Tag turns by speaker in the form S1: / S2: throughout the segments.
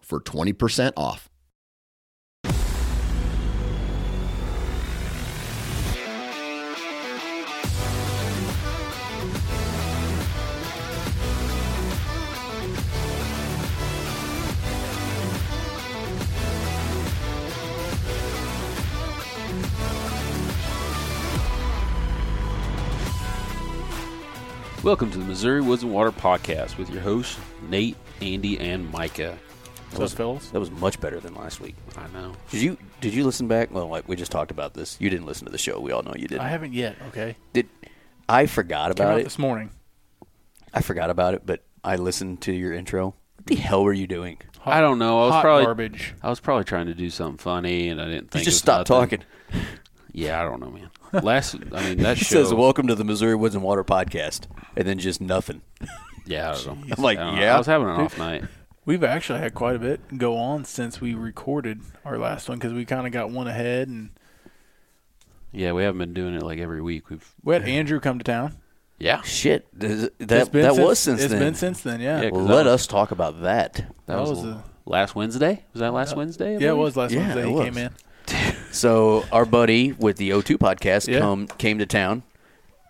S1: for 20% off.
S2: Welcome to the Missouri Woods and Water Podcast with your hosts, Nate, Andy, and Micah.
S3: What's up, fellas?
S2: That was much better than last week. I know.
S4: Did you did you listen back? Well, like we just talked about this. You didn't listen to the show. We all know you didn't.
S3: I haven't yet. Okay,
S4: Did I forgot
S3: came
S4: about
S3: out
S4: it?
S3: this morning.
S4: I forgot about it, but I listened to your intro. What the hell were you doing?
S3: Hot-
S2: I don't know. I was
S3: hot
S2: probably
S3: garbage.
S2: I was probably trying to do something funny, and I didn't think.
S4: you
S2: of
S4: just stopped
S2: nothing.
S4: talking.
S2: Yeah, I don't know, man. Last, I mean, that
S4: She
S2: show.
S4: says, "Welcome to the Missouri Woods and Water Podcast," and then just nothing.
S2: yeah, I don't know.
S4: I'm like,
S2: I don't know.
S4: yeah.
S2: I was having an off night.
S3: We've actually had quite a bit go on since we recorded our last one because we kind of got one ahead, and
S2: Yeah, we haven't been doing it like every week. We've
S3: we had Andrew come to town.
S2: yeah,
S4: Shit, th-
S3: It's
S4: that
S3: been
S4: that was since
S3: it's
S4: then.
S3: been since then, yeah.
S2: Yeah,
S3: Yeah,
S2: 'cause
S4: Let
S2: that was-
S4: us talk about that.
S2: That,
S3: That
S2: was,
S3: was a-
S2: last Wednesday. Was that last Wednesday? I
S3: it
S2: believe?
S3: was last
S4: Yeah,
S3: Wednesday
S4: it
S3: he
S4: was.
S3: came in.
S4: So our buddy with the O2 podcast
S3: Yeah.
S4: come came to town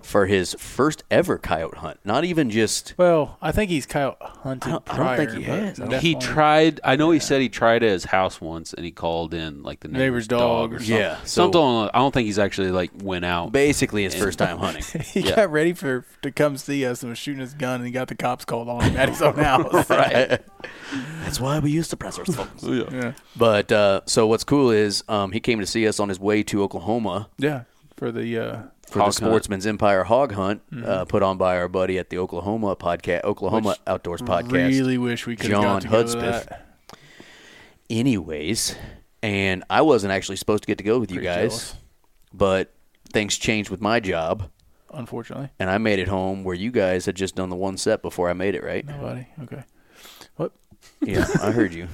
S4: for his first ever coyote hunt. Not even just
S3: Well, I think he's coyote hunted
S4: I don't- I
S3: prior.
S4: don't think he
S3: but
S4: has. I don't-
S2: He
S3: definitely-
S2: tried. I know he said he tried at his house once, and he called in like the
S3: Neighbor's
S2: neighbor's,
S3: dog
S2: dog, or
S3: or
S2: something.
S4: Yeah, so-
S2: something. along the- I don't think he's actually like went out.
S4: basically his first time hunting.
S3: He
S2: yeah.
S3: got ready for to come see us and was shooting his gun, and he got the cops called on him at his own house.
S4: right. That's why we use suppressors, folks.
S3: Yeah,
S4: But uh, so what's cool is um, he came to see us on his way to Oklahoma
S3: yeah. For the uh,
S4: for
S2: Hog
S4: the
S2: hunt.
S4: Sportsman's Empire Hog Hunt
S3: Mm-hmm.
S4: uh, put on by our buddy at the Oklahoma podcast, Oklahoma Outdoors Podcast.
S3: really wish we could have got
S4: John
S3: to go to
S4: Hudspeth.
S3: that.
S4: Anyways, and I wasn't actually supposed to get to go with you
S3: Pretty
S4: guys,
S3: jealous.
S4: but things changed with my job,
S3: Unfortunately.
S4: and I made it home where you guys had just done the one set before I made it. Right?
S3: Nobody. Okay. What?
S4: Yeah, I heard you.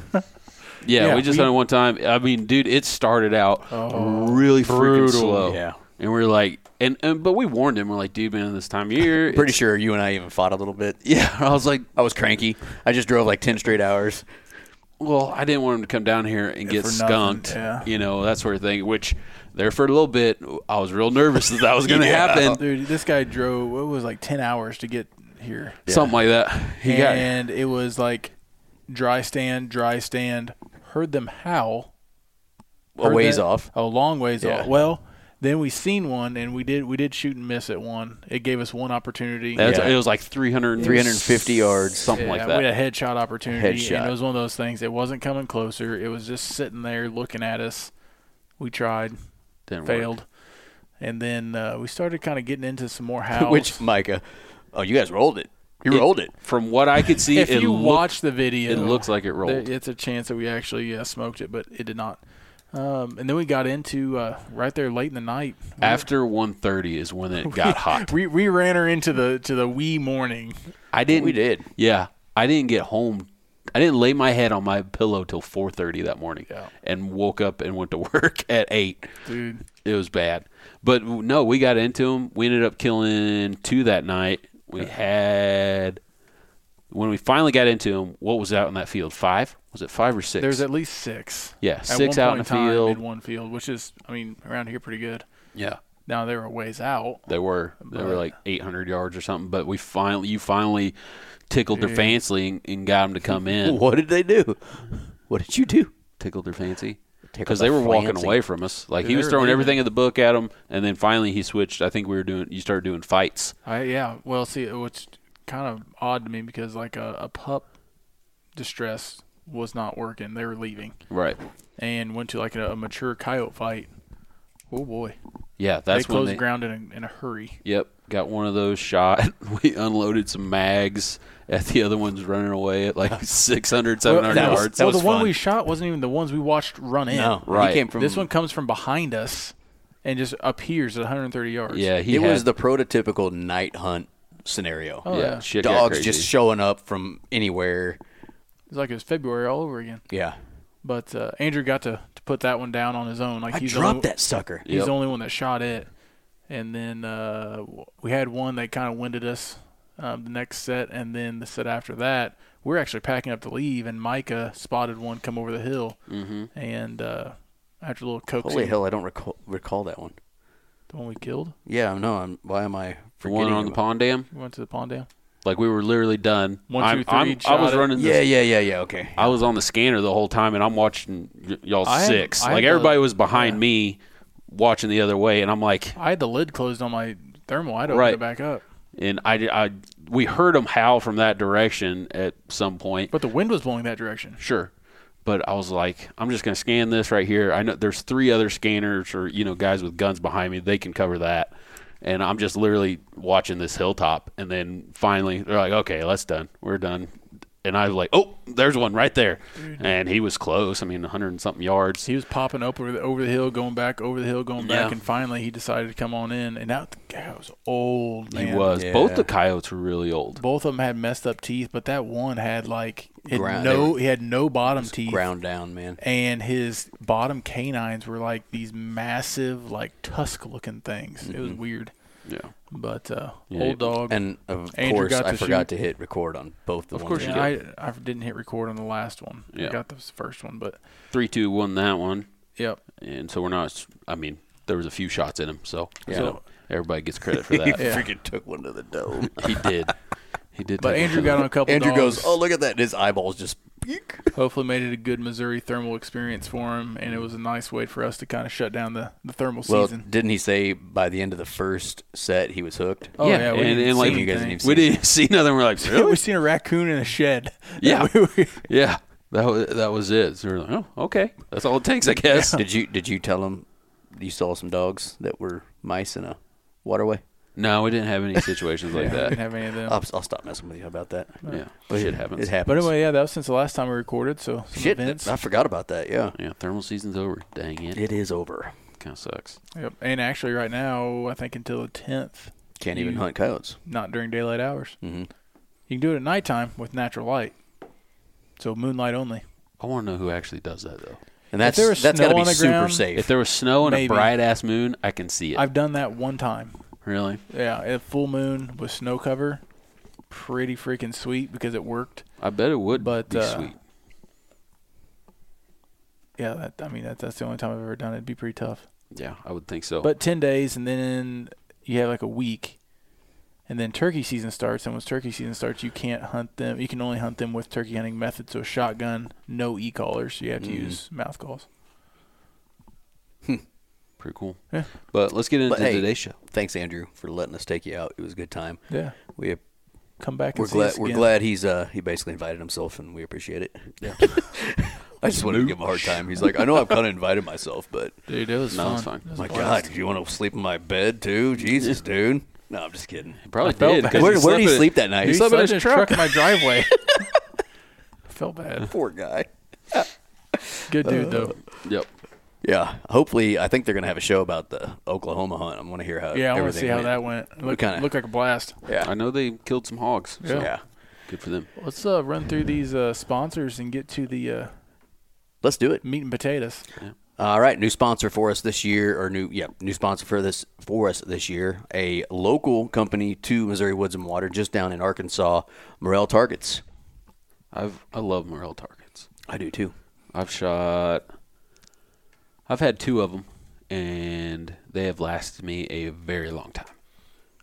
S2: Yeah,
S3: Yeah,
S2: we just
S3: we-
S2: had it one time. I mean, dude, it started out
S3: Oh.
S2: really freaking
S4: Brutal.
S2: slow.
S4: Yeah.
S2: and we are like, and, and but we warned him. We're like, dude, man, this time of year,
S4: Pretty
S2: it's-
S4: sure you and I even fought a little bit.
S2: Yeah, I was like,
S4: I was cranky. I just drove like ten straight hours.
S2: well, I didn't want him to come down here and get
S3: for nothing,
S2: skunked,
S3: yeah.
S2: you know, that sort of thing. Which there for a little bit, I was real nervous that that was going to happen,
S3: Dude, this guy drove what was like ten hours to get here,
S2: something like that. He got
S3: and it was like dry stand, dry stand. Heard them howl
S4: A
S3: Heard
S4: ways
S3: that-
S4: off.
S3: a long ways
S4: Yeah.
S3: off. Well, then we seen one, and we did we did shoot and miss at one. It gave us one opportunity.
S2: that's,
S4: Yeah.
S2: it was like 300,
S4: 350 yards.
S2: something like
S3: We
S2: that.
S3: had a headshot opportunity,
S4: Headshot.
S3: and it was one of those things. It wasn't coming closer. It was just sitting there looking at us. We tried.
S2: Didn't work.
S3: failed. And then uh, we started kind of getting into some more howls.
S4: Which Micah, oh, you guys rolled it. You rolled it.
S2: From what I could see,
S3: if
S2: it
S3: you
S2: looked-
S3: watch the video,
S2: it looks like it rolled.
S3: there- it's a chance that we actually uh, smoked it, but it did not. Um, and then we got into uh, right there late in the night.
S2: after 1:30 is when it got hot.
S3: We, we ran her into the to the wee morning.
S2: I didn't.
S4: We did.
S2: Yeah, I didn't get home. I didn't lay my head on my pillow till 4:30 that morning,
S3: Yeah.
S2: and woke up and went to work at eight.
S3: Dude,
S2: It was bad, but w- no, we got into them. We ended up killing two that night. We had when we finally got into them. What was out in that field? Five? Was it five or six?
S3: there's at least six.
S2: Yeah,
S3: At
S2: six
S3: one
S2: out
S3: point
S2: in the
S3: time
S2: field.
S3: in one field, which is, I mean, around here pretty good.
S2: yeah.
S3: Now they were ways out.
S2: They were they were
S3: But-
S2: like 800 yards or something. But we finally you finally tickled their fancy and, and got them to come in.
S4: What did they do? What did you do?
S2: tickled their fancy
S4: Tickled
S2: because they
S4: their
S2: were walking
S4: fancy.
S2: away from us. Like he
S3: They
S2: was
S3: were
S2: throwing
S3: leaving.
S2: everything in the book at them, and then finally he switched. I think we were doing. You started doing fights.
S3: I yeah. Well, see, what's kind of odd to me because like a, a pup distress was not working. They were leaving
S2: Right.
S3: and went to like a, a mature coyote fight. Oh boy,
S2: Yeah. That's
S3: they
S2: when
S3: closed
S2: they.
S3: ground in a, in a hurry.
S2: Yep. Got one of those shot. We unloaded some mags at the other one's running away at like 600, 700
S4: Oh, that was-
S2: yards.
S4: that
S3: well,
S4: was
S3: the one
S4: fun.
S3: we shot wasn't even the ones we watched run in.
S4: No,
S2: Right.
S4: He came from
S3: this one comes from behind us and just appears at 130 yards.
S2: yeah, he
S4: it
S2: had,
S4: was the prototypical night hunt scenario.
S3: Oh,
S2: yeah,
S3: yeah.
S2: shit got
S4: Dogs
S2: crazy.
S4: just showing up from anywhere.
S3: It's like it was February all over again.
S4: Yeah,
S3: But uh, Andrew got to, to put that one down on his own. Like
S4: I
S3: he's the
S4: dropped
S3: only-
S4: that sucker.
S3: He's
S2: Yep.
S3: the only one that shot it. And then uh, w- we had one that kind of winded us um, the next set, and then the set after that, we were actually packing up to leave, and Micah spotted one come over the hill,
S2: Mhm.
S3: and uh, after a little coaxing,
S4: Mm-hmm. Holy hell, I don't recall, recall that one.
S3: the one we killed,
S4: Yeah, no, I'm. Why am I
S2: the
S4: forgetting
S2: one on the
S4: about-
S2: pond dam.
S3: we went to the pond down.
S2: Like we were literally done.
S3: One,
S2: I'm-
S3: two, three,
S2: I'm- I
S3: shot
S2: was
S3: it.
S2: running. Yeah,
S4: Yeah, yeah, yeah, yeah. Okay.
S2: I was on the scanner the whole time, and I'm watching y- y'all
S3: I had-
S2: six.
S3: I had
S2: like
S3: the-
S2: everybody was behind
S3: yeah.
S2: me, watching the other way, and I'm like,
S3: I had the lid closed on my thermal. I had to open
S2: Right.
S3: it back up,
S2: and I, di- I, we heard them howl from that direction at some point.
S3: but the wind was blowing that direction.
S2: Sure. But I was like, I'm just gonna scan this right here. I know there's three other scanners or you know guys with guns behind me. They can cover that. And I'm just literally watching this hilltop. And then finally they're like, okay, that's done. We're done. And I was like, oh, there's one right there. And he was close. I mean, 100 and something yards.
S3: He was popping up over the, over the hill, going back, over the hill, going back,
S2: Yeah.
S3: and finally he decided to come on in. And that guy was old, man.
S2: He was.
S4: Yeah.
S2: Both the coyotes were really old.
S3: Both of them had messed up teeth, but that one had like had
S4: Ground- they
S3: no
S4: were-
S3: he had no bottom teeth,
S4: ground down, man.
S3: and his bottom canines were like these massive like tusk looking things. It was weird,
S2: Yeah.
S3: but uh,
S2: Yeah,
S3: old dog.
S4: And of
S3: Andrew
S4: course,
S3: got
S4: I
S3: to
S4: forgot
S3: shoot.
S4: to hit record on both the
S3: of
S4: ones.
S3: course,
S4: we
S3: yeah,
S4: did.
S3: I I didn't hit record on the last one.
S2: Yeah.
S3: I got the first one, but
S2: Three, two, one. That one.
S3: yep.
S2: And so we're not. I mean, there was a few shots in him. So,
S4: Yeah.
S2: you know, everybody gets credit for that.
S3: Yeah.
S4: freaking took one to the dome.
S2: He did. He did.
S3: But
S2: take
S3: Andrew
S2: a-
S3: got on a couple.
S4: Andrew
S3: dogs.
S4: goes, "Oh, look at that!" And his eyeballs just. peek.
S3: Hopefully, made it a good Missouri thermal experience for him, and it was a nice way for us to kind of shut down the the thermal
S4: Well,
S3: season.
S4: didn't he say by the end of the first set he was hooked?
S3: Oh,
S2: yeah,
S3: yeah, we
S2: and,
S3: didn't
S2: and
S3: see
S2: like
S4: anything. You guys didn't even
S2: we
S4: see
S2: didn't even see nothing. We're like,
S3: we
S2: really?
S3: seen a raccoon in a shed.
S2: Yeah.
S3: We were-
S2: yeah, that was that was it. So we're like, oh, okay, that's all it takes, I guess.
S4: Did you did you tell him you saw some dogs that were mice in a waterway?
S2: No, we didn't have any situations like
S3: we didn't
S2: that.
S3: have any of them.
S4: I'll, I'll stop messing with you about that.
S2: Yeah,
S4: But
S2: shit happens.
S4: It happens.
S3: But anyway, yeah, that was since the last time we recorded. So some
S4: shit,
S3: events.
S4: I forgot about that. Yeah,
S2: Yeah, thermal season's over. Dang it,
S4: it is over.
S2: kind of sucks.
S3: Yep. And actually, right now, I think until the tenth,
S4: Can't even
S3: You-
S4: hunt coyotes.
S3: not during daylight hours.
S4: Mm-hmm.
S3: You can do it at nighttime with natural light. So moonlight only.
S2: I want to know who actually does that though.
S4: And that's
S3: there was
S4: that's
S3: snow
S4: got to be
S3: on the
S4: super
S3: ground,
S4: safe.
S2: If there was snow and a
S3: Maybe.
S2: bright ass moon, I can see it.
S3: I've done that one time.
S2: really,
S3: Yeah, a full moon with snow cover, pretty freaking sweet because it worked.
S2: I bet it would
S3: But,
S2: be
S3: uh,
S2: sweet.
S3: Yeah, that I mean that, that's the only time I've ever done it. It'd be pretty tough.
S2: Yeah, I would think so.
S3: But ten days, and then you have like a week, and then turkey season starts. And once turkey season starts, you can't hunt them. You can only hunt them with turkey hunting methods, so shotgun, no e collars. You have to
S4: Mhm.
S3: use mouth calls.
S2: Pretty cool.
S3: Yeah.
S2: But let's get into
S4: But hey,
S2: today's show.
S4: Thanks, Andrew, for letting us take you out. It was a good time.
S3: Yeah,
S4: We
S3: come back and
S4: we're
S3: see
S4: glad
S3: us
S4: we're
S3: again.
S4: glad he's uh he basically invited himself and we appreciate it.
S2: Yeah.
S4: I just wanted to give him a hard time. He's like, I know I've kind of invited myself, but
S3: Dude, it was
S2: No,
S3: fun.
S2: it's fine.
S3: It was a
S4: my
S3: blast.
S4: God, did you want to sleep in my bed too? Jesus, dude. No, I'm just kidding.
S2: Probably
S3: felt
S2: did.
S3: bad.
S2: 'cause
S4: Where, where
S2: slept
S4: did
S2: in
S4: he
S2: it.
S4: sleep that night?
S3: Dude, he
S4: slept
S3: slept in his truck in my driveway. I felt bad.
S4: Poor guy.
S3: Good dude though.
S2: Yep.
S4: Yeah. Hopefully, I think they're gonna have a show about the Oklahoma hunt. I want to hear how.
S3: Yeah, I want to
S4: everything
S3: see how that
S4: went.
S3: went. It
S4: We
S3: Looked,
S4: kinda-
S3: looked like a blast.
S2: I know they killed some hogs.
S4: Yeah.
S2: So
S4: yeah.
S2: good for them.
S3: Let's uh, run through these uh, sponsors and get to the uh,
S4: Let's do it.
S3: meat and potatoes.
S4: All right, new sponsor for us this year, or new yeah, new sponsor for this for us this year. A local company to Missouri Woods and Water, just down in Arkansas, Morel Targets.
S2: I've I love morel targets.
S4: I do too.
S2: I've shot. I've had two of them, and they have lasted me a very long time.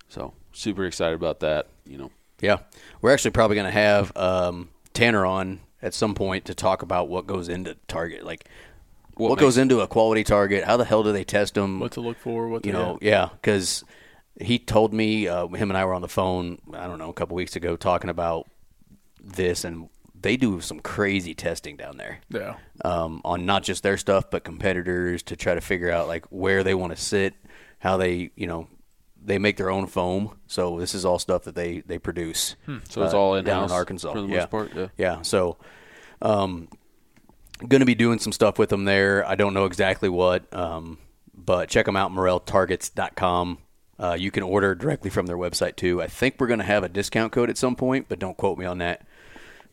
S2: So super excited about that. You know,
S4: Yeah, we're actually probably going to have um, Tanner on at some point to talk about what goes into target, like what,
S2: What
S4: goes into a quality target. How the hell do they test them?
S3: What to look for? What to
S4: you know, yeah, because he told me uh, him and I were on the phone. I don't know, a couple weeks ago, talking about this, and they do some crazy testing down there.
S3: Yeah.
S4: um, on not just their stuff but competitors to try to figure out like where they want to sit, how they you know they make their own foam, so this is all stuff that they they produce.
S2: Hmm. So it's
S4: uh,
S2: all in
S4: down
S2: house
S4: in Arkansas
S2: for the
S4: yeah.
S2: most part. Yeah.
S4: yeah. So, um, going to be doing some stuff with them there. I don't know exactly what, um, but check them out, MorelTargets.com. Uh, you can order directly from their website too. I think we're going to have a discount code at some point, but don't quote me on that.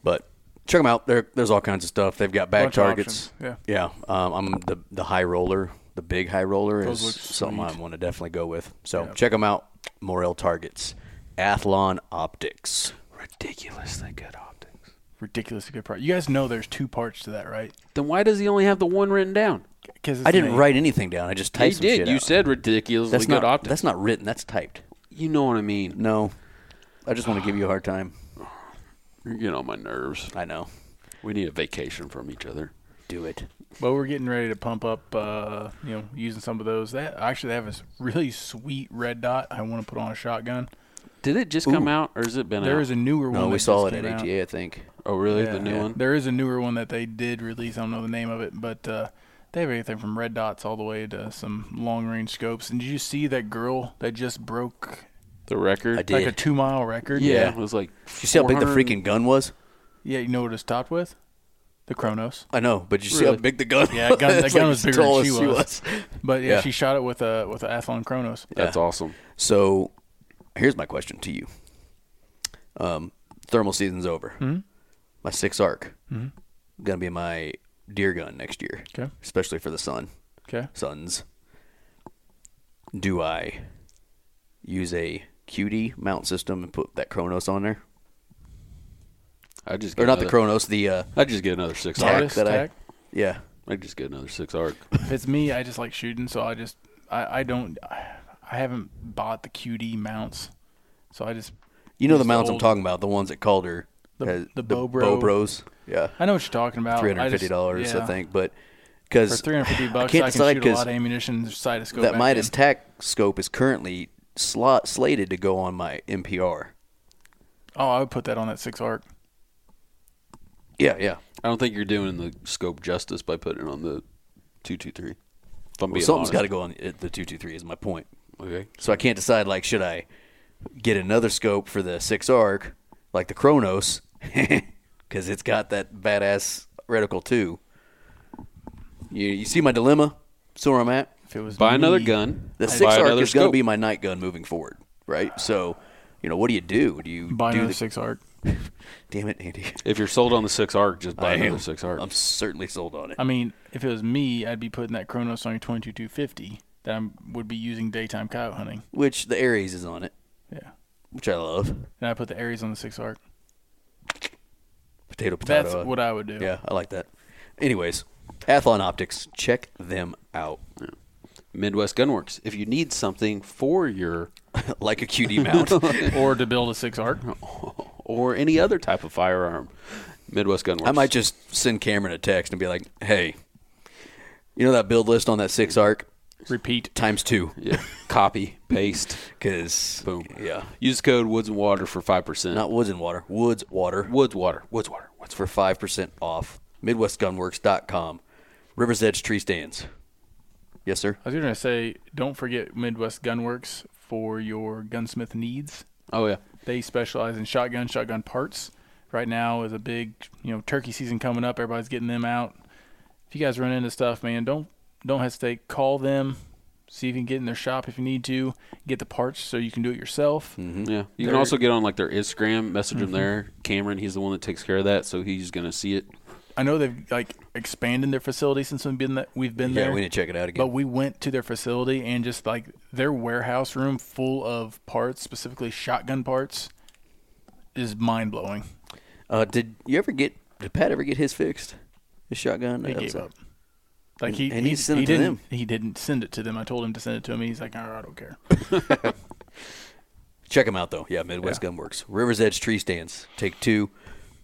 S4: But check them out. There, there's all kinds of stuff. They've got back
S3: Bunch of
S4: targets.
S3: options,
S4: yeah. Um, I'm the the high roller, the big high roller
S3: Those
S4: is
S3: look
S4: something
S3: sweet.
S4: I want to definitely go with. So check them out, Morel Targets, Athlon Optics.
S2: Ridiculously good optics.
S3: Ridiculously good price. You guys know there's two parts to that, right?
S2: Then why does he only have the one written down?
S3: Because
S4: I didn't write anything down. I just typed.
S2: he
S4: some
S2: did.
S4: shit
S2: You
S4: out.
S2: said ridiculously
S4: that's
S2: good
S4: not
S2: optics.
S4: that's not written. That's typed.
S2: you know what I mean.
S4: No, I just want to give you a hard time.
S2: You're getting on my nerves.
S4: I know.
S2: We need a vacation from each other.
S4: Do it.
S3: But we're getting ready to pump up. Uh, you know, using some of those. That actually they have a s- really sweet red dot. I want to put on a shotgun.
S2: Did it just come out, or has it been
S3: There
S2: out?
S3: is a newer one.
S4: No, Oh, we
S3: that
S4: saw it
S3: just
S4: at
S3: came out.
S4: ATA. I think.
S2: oh, really?
S3: Yeah,
S2: the new
S3: yeah.
S2: one?
S3: There is a newer one that they did release. I don't know the name of it, but uh, they have everything from red dots all the way to some long range scopes. And did you see that girl that just broke
S2: The record?
S4: I did.
S3: like a two mile record?
S2: Yeah,
S4: Yeah.
S2: it was like.
S4: Did you see how big the
S2: 400
S4: freaking gun was?
S3: Yeah, you know what it's topped with? The Kronos.
S4: I know, but did you see
S2: Really?
S4: how big the gun?
S3: Yeah, gun- that
S4: It's
S3: gun
S4: like
S3: was
S4: as
S3: bigger than
S4: tall
S3: she
S4: as
S3: was. But yeah,
S4: Yeah.
S3: she shot it with a with an Athlon Kronos.
S2: That's awesome.
S4: So, here's my question to you. Um, thermal season's over.
S3: Hmm?
S4: My six arc gonna be my deer gun next year.
S3: Okay.
S4: Especially for the sun.
S3: Okay.
S4: sons, do I use a QD mount system and put that Kronos on there?
S2: I just
S4: Or
S2: get
S4: not the
S2: another-
S4: Kronos, the uh,
S2: I just get another six
S4: Tac
S2: arc.
S3: Artist
S4: that
S3: tac?
S4: I yeah.
S2: I just get another six arc.
S3: If it's me, I just like shooting, so I just I, I don't I haven't bought the QD mounts, so I just
S4: You know the
S3: Use the
S4: mounts I'm
S3: old-
S4: talking about, the ones that Calder
S3: The-
S4: has-
S3: the Bobro.
S4: Bobros, yeah,
S3: I know what you're talking about. Oh, I just-
S4: three hundred fifty dollars,
S3: yeah.
S4: I think, but
S3: For
S4: because
S3: 350 bucks, I,
S4: can't
S3: can
S4: decide
S3: shoot a
S4: 'cause
S3: lot of ammunition. Cytoscope.
S4: that
S3: back
S4: Midas
S3: in.
S4: Tac scope is currently slot slated to go on my MPR.
S3: Oh, I would put that on that six arc.
S4: Yeah, yeah.
S2: I don't think you're doing the scope justice by putting it on the two two three. If I'm
S4: Well,
S2: being
S4: something's got to
S2: honest.
S4: go on the the two two three. Is my point.
S2: Okay.
S4: So I can't decide like should I get another scope for the six arc like the Kronos because it's got that badass reticle too. You you see my dilemma? So where I'm at.
S3: If it was
S2: Buy another
S3: me-
S2: gun.
S4: The
S2: buy
S4: six arc
S2: another
S4: is going to
S2: scope.
S4: be my night gun moving forward, right? So you know what do you do? Do you
S3: Buy
S4: do
S3: another
S4: the,
S3: six arc.
S4: Damn it, Andy!
S2: If you're sold on the six arc, just buy
S4: I
S2: another
S4: am.
S2: six arc.
S4: I'm certainly sold on it.
S3: I mean, if it was me, I'd be putting that Chronos on your 22250 that I would be using daytime coyote hunting.
S4: Which the Aries is on it,
S3: Yeah.
S4: which I love.
S3: And I put the Aries on the six arc.
S4: Potato potato.
S3: That's what I would do.
S4: yeah, I like that. Anyways, Athlon Optics, check them out.
S2: Midwest Gunworks. If you need something for your
S4: like a QD mount.
S3: Or to build a six arc.
S4: Oh.
S2: or any other type of firearm, Midwest Gunworks.
S4: I might just send Cameron a text and be like, "Hey, you know that build list on that six arc
S3: Repeat.
S4: times two,
S2: yeah. copy paste.
S4: because
S2: Boom.
S4: yeah,
S2: Use code Woods and Water for five percent.
S4: not woods and water, woods water,
S2: Woods Water. Woods Water.
S4: what's for five percent off? MidwestGunworks.com, Rivers Edge Tree Stands. Yes, sir.
S3: I was going to say, don't forget Midwest Gunworks for your gunsmith needs.
S2: Oh yeah.
S3: They specialize in shotgun, shotgun parts. Right now is a big, you know, turkey season coming up. Everybody's getting them out. If you guys run into stuff, man, don't don't hesitate. Call them. See if you can get in their shop if you need to. Get the parts so you can do it yourself.
S4: Hmm.
S2: Yeah. Mm-hmm. You can
S3: They're-
S2: also get on like their Instagram, message them there. Cameron, he's the one that takes care of that, so he's gonna see it.
S3: I know they've like expanded their facility since we've been that we've been
S4: Yeah,
S3: there.
S4: we need to check it out
S3: But
S4: again.
S3: we went to their facility and just like their warehouse room full of parts, specifically shotgun parts, is mind blowing.
S4: Uh, did you ever get? Did Pat ever get his fixed? His shotgun? Uh,
S3: He
S4: That
S3: gave
S4: was-
S3: up. Like he,
S4: and he sent it to
S3: didn't,
S4: them.
S3: He didn't send it to them. I told him to send it to me. He's like, "Oh, I don't care.
S4: Check them out though. Yeah, Midwest Gunworks, Rivers Edge Tree Stands. Take two.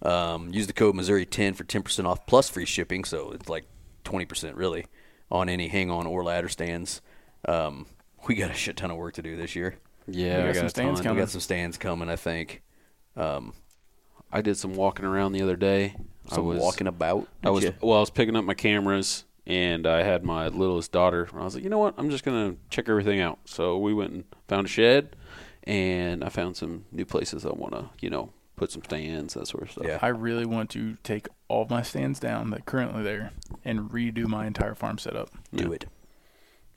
S4: Um, use the code Missouri ten for ten percent off plus free shipping. So it's like twenty percent really on any hang on or ladder stands. Um, we got a shit ton of work to do this year.
S2: Yeah,
S3: got some stands
S2: ton.
S4: We
S3: coming.
S4: got some stands coming. I think
S2: I did some walking around the other day. I
S4: some
S2: was
S4: walking about.
S2: I was
S4: Did ya?
S2: well. I was picking up my cameras and I had my littlest daughter. And I was like, you know what? I'm just gonna check everything out. So we went and found a shed, and I found some new places I want to, you know, put some stands, that sort of stuff.
S4: Yeah.
S3: I really want to take all of my stands down that are currently there and redo my entire farm setup.
S4: Do it.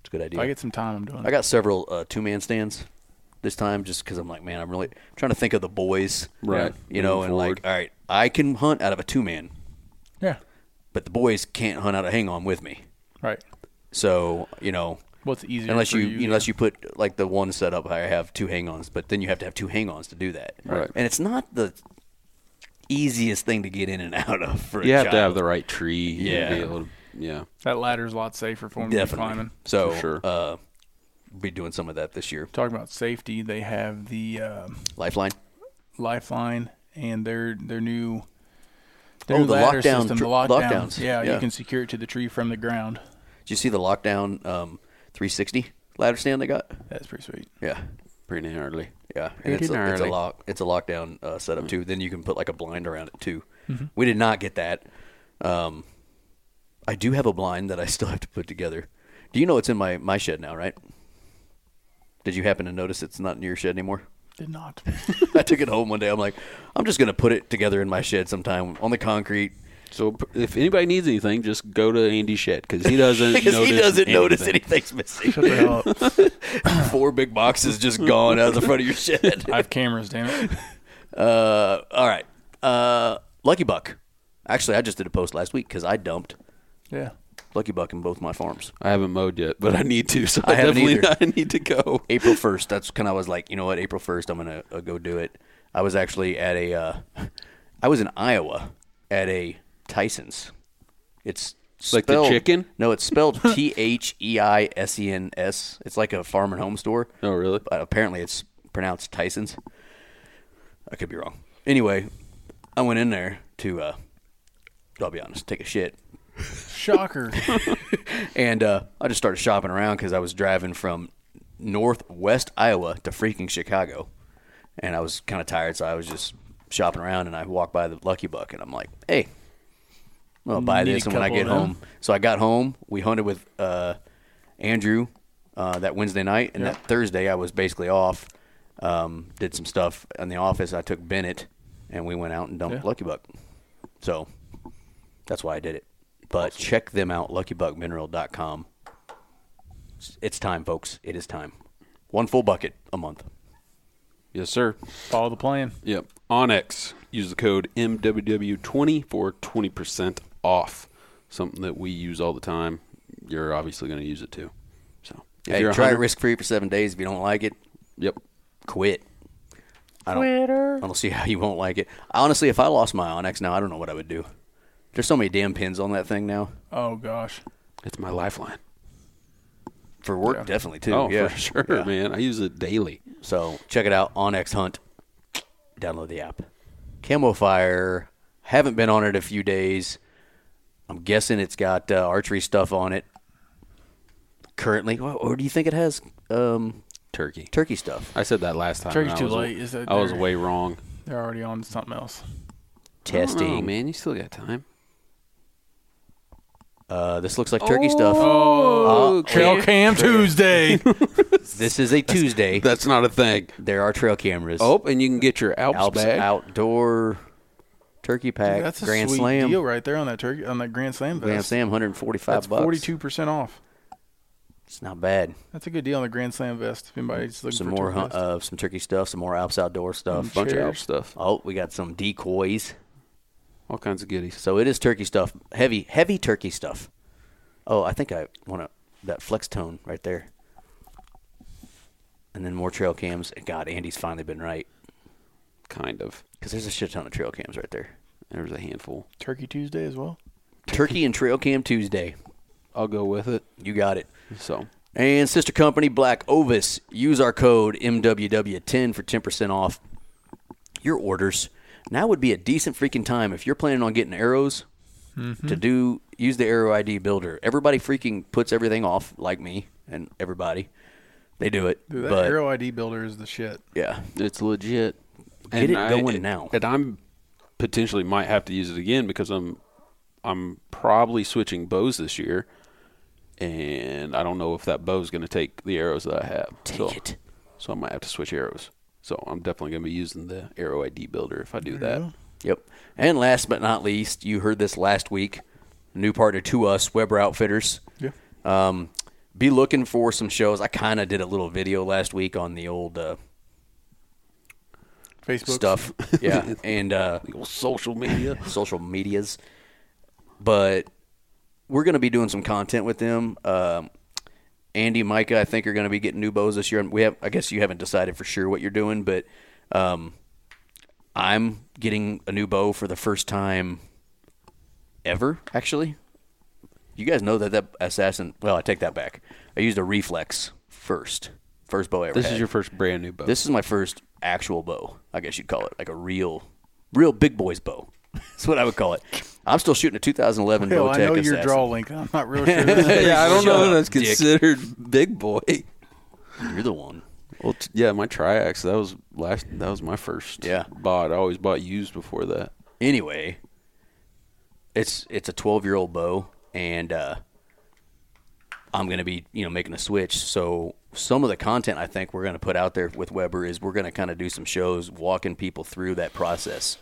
S4: It's a good idea.
S3: If I get some time, I'm doing
S4: I
S3: it.
S4: got several uh, two man stands this time just because I'm like, man, I'm really trying to think of the boys.
S2: Right.
S4: You know,
S2: Moving
S4: and like, all right, I can hunt out of a two man,
S3: Yeah,
S4: but the boys can't hunt out of hang on with me.
S3: right.
S4: So, you know,
S3: What's easier
S4: unless
S3: for
S4: you,
S3: you?
S4: unless you put like the one setup I have two hang ons, but then you have to have two hang ons to do that.
S2: Right.
S4: And it's not the easiest thing to get in and out of for a
S2: You have to
S4: child.
S2: have the right tree. and
S4: Yeah.
S2: be able to- yeah.
S3: that ladder's a lot safer for me
S4: definitely
S3: climbing.
S4: So
S2: For sure.
S4: uh be doing some of that this year.
S3: Talking about safety, they have the um
S4: Lifeline.
S3: Lifeline and their their new.
S4: Oh,
S3: new
S4: the
S3: ladder
S4: lockdown
S3: system,
S4: tr-
S3: the lockdown.
S4: lockdowns.
S3: Yeah,
S4: Yeah.
S3: you can secure it to the tree from the ground.
S4: Did you see the lockdown um, 360 ladder stand they got?
S3: That's pretty sweet.
S4: Yeah,
S2: Pretty gnarly.
S4: yeah. And it's a,
S2: Pretty
S4: it's a
S2: gnarly.
S4: lock. It's a lockdown uh, setup too. Then you can put like a blind around it too. We did not get that. Um, I do have a blind that I still have to put together. Do you know it's in my my shed now, right? Did you happen to notice it's not in your shed anymore?
S3: Did not.
S4: I took it home one day. I'm like, I'm just gonna put it together in my shed sometime on the concrete.
S2: So p- if anybody needs anything, just go to Andy Shed because he doesn't.
S4: Because
S2: notice
S4: he doesn't notice
S2: anything.
S4: anything's missing.
S3: Shut the hell up.
S4: Four big boxes just gone out of the front of your shed.
S3: I have cameras, damn it.
S4: Uh, all right. Uh, Lucky Buck. Actually, I just did a post last week because I dumped
S3: Yeah.
S4: Lucky Buck in both my farms.
S2: I haven't mowed yet, but I need to. So
S4: I
S2: I,
S4: haven't
S2: definitely
S4: either.
S2: I need to go.
S4: April 1st. That's kind of, I was like, you know what? April 1st, I'm going to uh, go do it. I was actually at a, uh, I was in Iowa at a Tyson's. It's
S2: Like the
S4: spelled-
S2: chicken?
S4: No, it's spelled T H E I S E N S. It's like a farm and home store.
S2: Oh, really?
S4: But apparently it's pronounced Tyson's. I could be wrong. Anyway, I went in there to, uh, I'll be honest, take a shit.
S3: Shocker.
S4: And uh, I just started shopping around because I was driving from northwest Iowa to freaking Chicago. And I was kind of tired, so I was just shopping around and I walked by the Lucky Buck and I'm like, hey, I'm going to buy
S3: Need a
S4: this and when I
S3: couple
S4: get
S3: of them.
S4: home. So I got home. We hunted with uh, Andrew uh, that Wednesday night. And that Thursday, I was basically off. Um, did some stuff in the office. I took Bennett and we went out and dumped
S3: Yeah.
S4: Lucky Buck. So that's why I did it. But check them out, luckybuckmineral.com. It's- It's time, folks. It is time. One full bucket a month.
S2: Yes, sir.
S3: Follow the plan.
S2: Yep. Onyx. Use the code MWW20 for 20% off. Something that we use all the time. You're obviously going to use it too. So if
S4: Hey,
S2: you're a
S4: try it
S2: hunter-
S4: risk free for seven days. If you don't like it,
S2: Yep.
S4: quit. I don't, I don't see how you won't like it. Honestly, if I lost my Onyx now, I don't know what I would do. There's so many damn pins on that thing now.
S3: Oh gosh.
S2: It's my lifeline.
S4: For work,
S3: Yeah.
S4: definitely too.
S2: oh,
S4: yeah.
S2: for sure,
S4: Yeah.
S2: man. I use it daily.
S4: So check it out, Onyx Hunt. Download the app. Camo Fire. Haven't been on it a few days. I'm guessing it's got uh, archery stuff on it. Currently, or, or do you think it has um,
S2: Turkey.
S4: turkey stuff?
S2: I said that last time.
S3: Turkey's
S2: and I
S3: too
S2: was-
S3: late. Is that
S2: I was
S3: there?
S2: way wrong.
S3: They're already on something else.
S4: Testing.
S2: Oh, man. You still got time.
S4: Uh, this looks like turkey stuff.
S3: Oh,
S4: Trail
S3: Trail Cam Tuesday.
S4: This is a Tuesday.
S2: That's not a thing.
S4: there are trail cameras.
S2: Oh, and you can get your Alps,
S4: Alps
S2: bag.
S4: outdoor turkey pack.
S3: That's a
S4: Grand
S3: sweet
S4: Slam.
S3: deal right there on that turkey on that Grand Slam
S4: Grand
S3: vest.
S4: Slam, 145
S3: That's
S4: bucks.
S3: forty two percent off.
S4: It's not bad.
S3: That's a good deal on the Grand Slam vest. If anybody's looking
S4: some
S3: for
S4: more
S3: turkey
S4: hunt,
S3: vest.
S4: uh, some turkey stuff, some more Alps outdoor stuff.
S2: bunch of
S3: Sure.
S2: Alps stuff.
S4: Oh, we got some decoys.
S2: All kinds of goodies.
S4: So it is turkey stuff, heavy, heavy turkey stuff. Oh, I think I want to that flex tone right there. And then more trail cams. God, Andy's finally been right
S2: Kind of.
S4: because there's a shit ton of trail cams right there.
S2: There's a handful.
S3: Turkey Tuesday as well.
S4: Turkey and Trail Cam Tuesday.
S2: I'll go with it.
S4: You got it.
S2: So
S4: And sister company Black Ovis, use our code MWW10 for 10% off your orders. Now would be a decent freaking time if you're planning on getting arrows to do use the arrow ID builder. Everybody freaking puts everything off like me and everybody. They do it.
S3: Dude, that
S4: but
S3: Arrow ID builder is the shit.
S4: yeah.
S2: it's legit.
S4: Get it going now.
S2: And I'm potentially might have to use it again because I'm I'm probably switching bows this year, and I don't know if that bow's going to take the arrows that I have. Take so, it. So I might have to switch arrows. So I'm definitely going to be using the arrow ID builder if I do that.
S4: Yep. And last but not least, you heard this last week. New partner to us, Weber Outfitters.
S3: Yeah.
S4: Um, be looking for some shows. I kind of did a little video last week on the old uh,
S3: Facebook
S4: stuff. Yeah. and uh,
S2: The old social media.
S4: social medias. But we're going to be doing some content with them. Um, Andy, Micah, I think are going to be getting new bows this year. And we have, I guess you haven't decided for sure what you're doing, but um, I'm getting a new bow for the first time ever. Actually, you guys know that that assassin. Well, I take that back. I used a reflex first, first bow I ever.
S2: This
S4: had.
S2: is your first brand new bow.
S4: This is my first actual bow. I guess you'd call it like a real, real big boy's bow. That's what I would call it. I'm still shooting a 2011
S3: Hell,
S4: Bowtech
S3: I know
S4: assassin.
S3: your draw link. I'm not real sure. This is-
S2: yeah, I don't
S4: Shut
S2: know
S4: up,
S2: that it's
S4: dick.
S2: considered big boy.
S4: You're the one.
S2: Well, t- yeah, my triax. That was last. That was my first.
S4: Yeah.
S2: bought. I always bought used before that.
S4: anyway, it's it's a 12 year old bow, and uh, I'm gonna be you know making a switch. So some of the content I think we're gonna put out there with Weber is we're gonna kind of do some shows walking people through that process.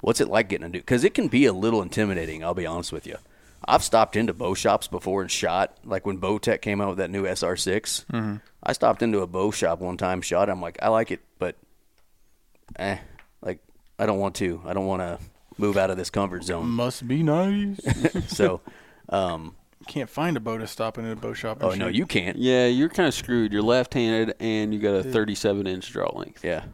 S4: What's it like getting a new? Because it can be a little intimidating. I'll be honest with you. I've stopped into bow shops before and shot. Like when Bowtech came out with that new SR6, I stopped into a bow shop one time, shot. I'm like, I like it, but eh, like I don't want to. I don't want to move out of this comfort zone.
S3: Must be nice.
S4: so, um,
S3: Can't find a bow to stop in a bow shop. and
S4: oh no,
S3: shoot.
S4: you can't.
S2: Yeah, you're kind of screwed. You're left-handed, and you got a 37 inch draw length.
S4: Yeah,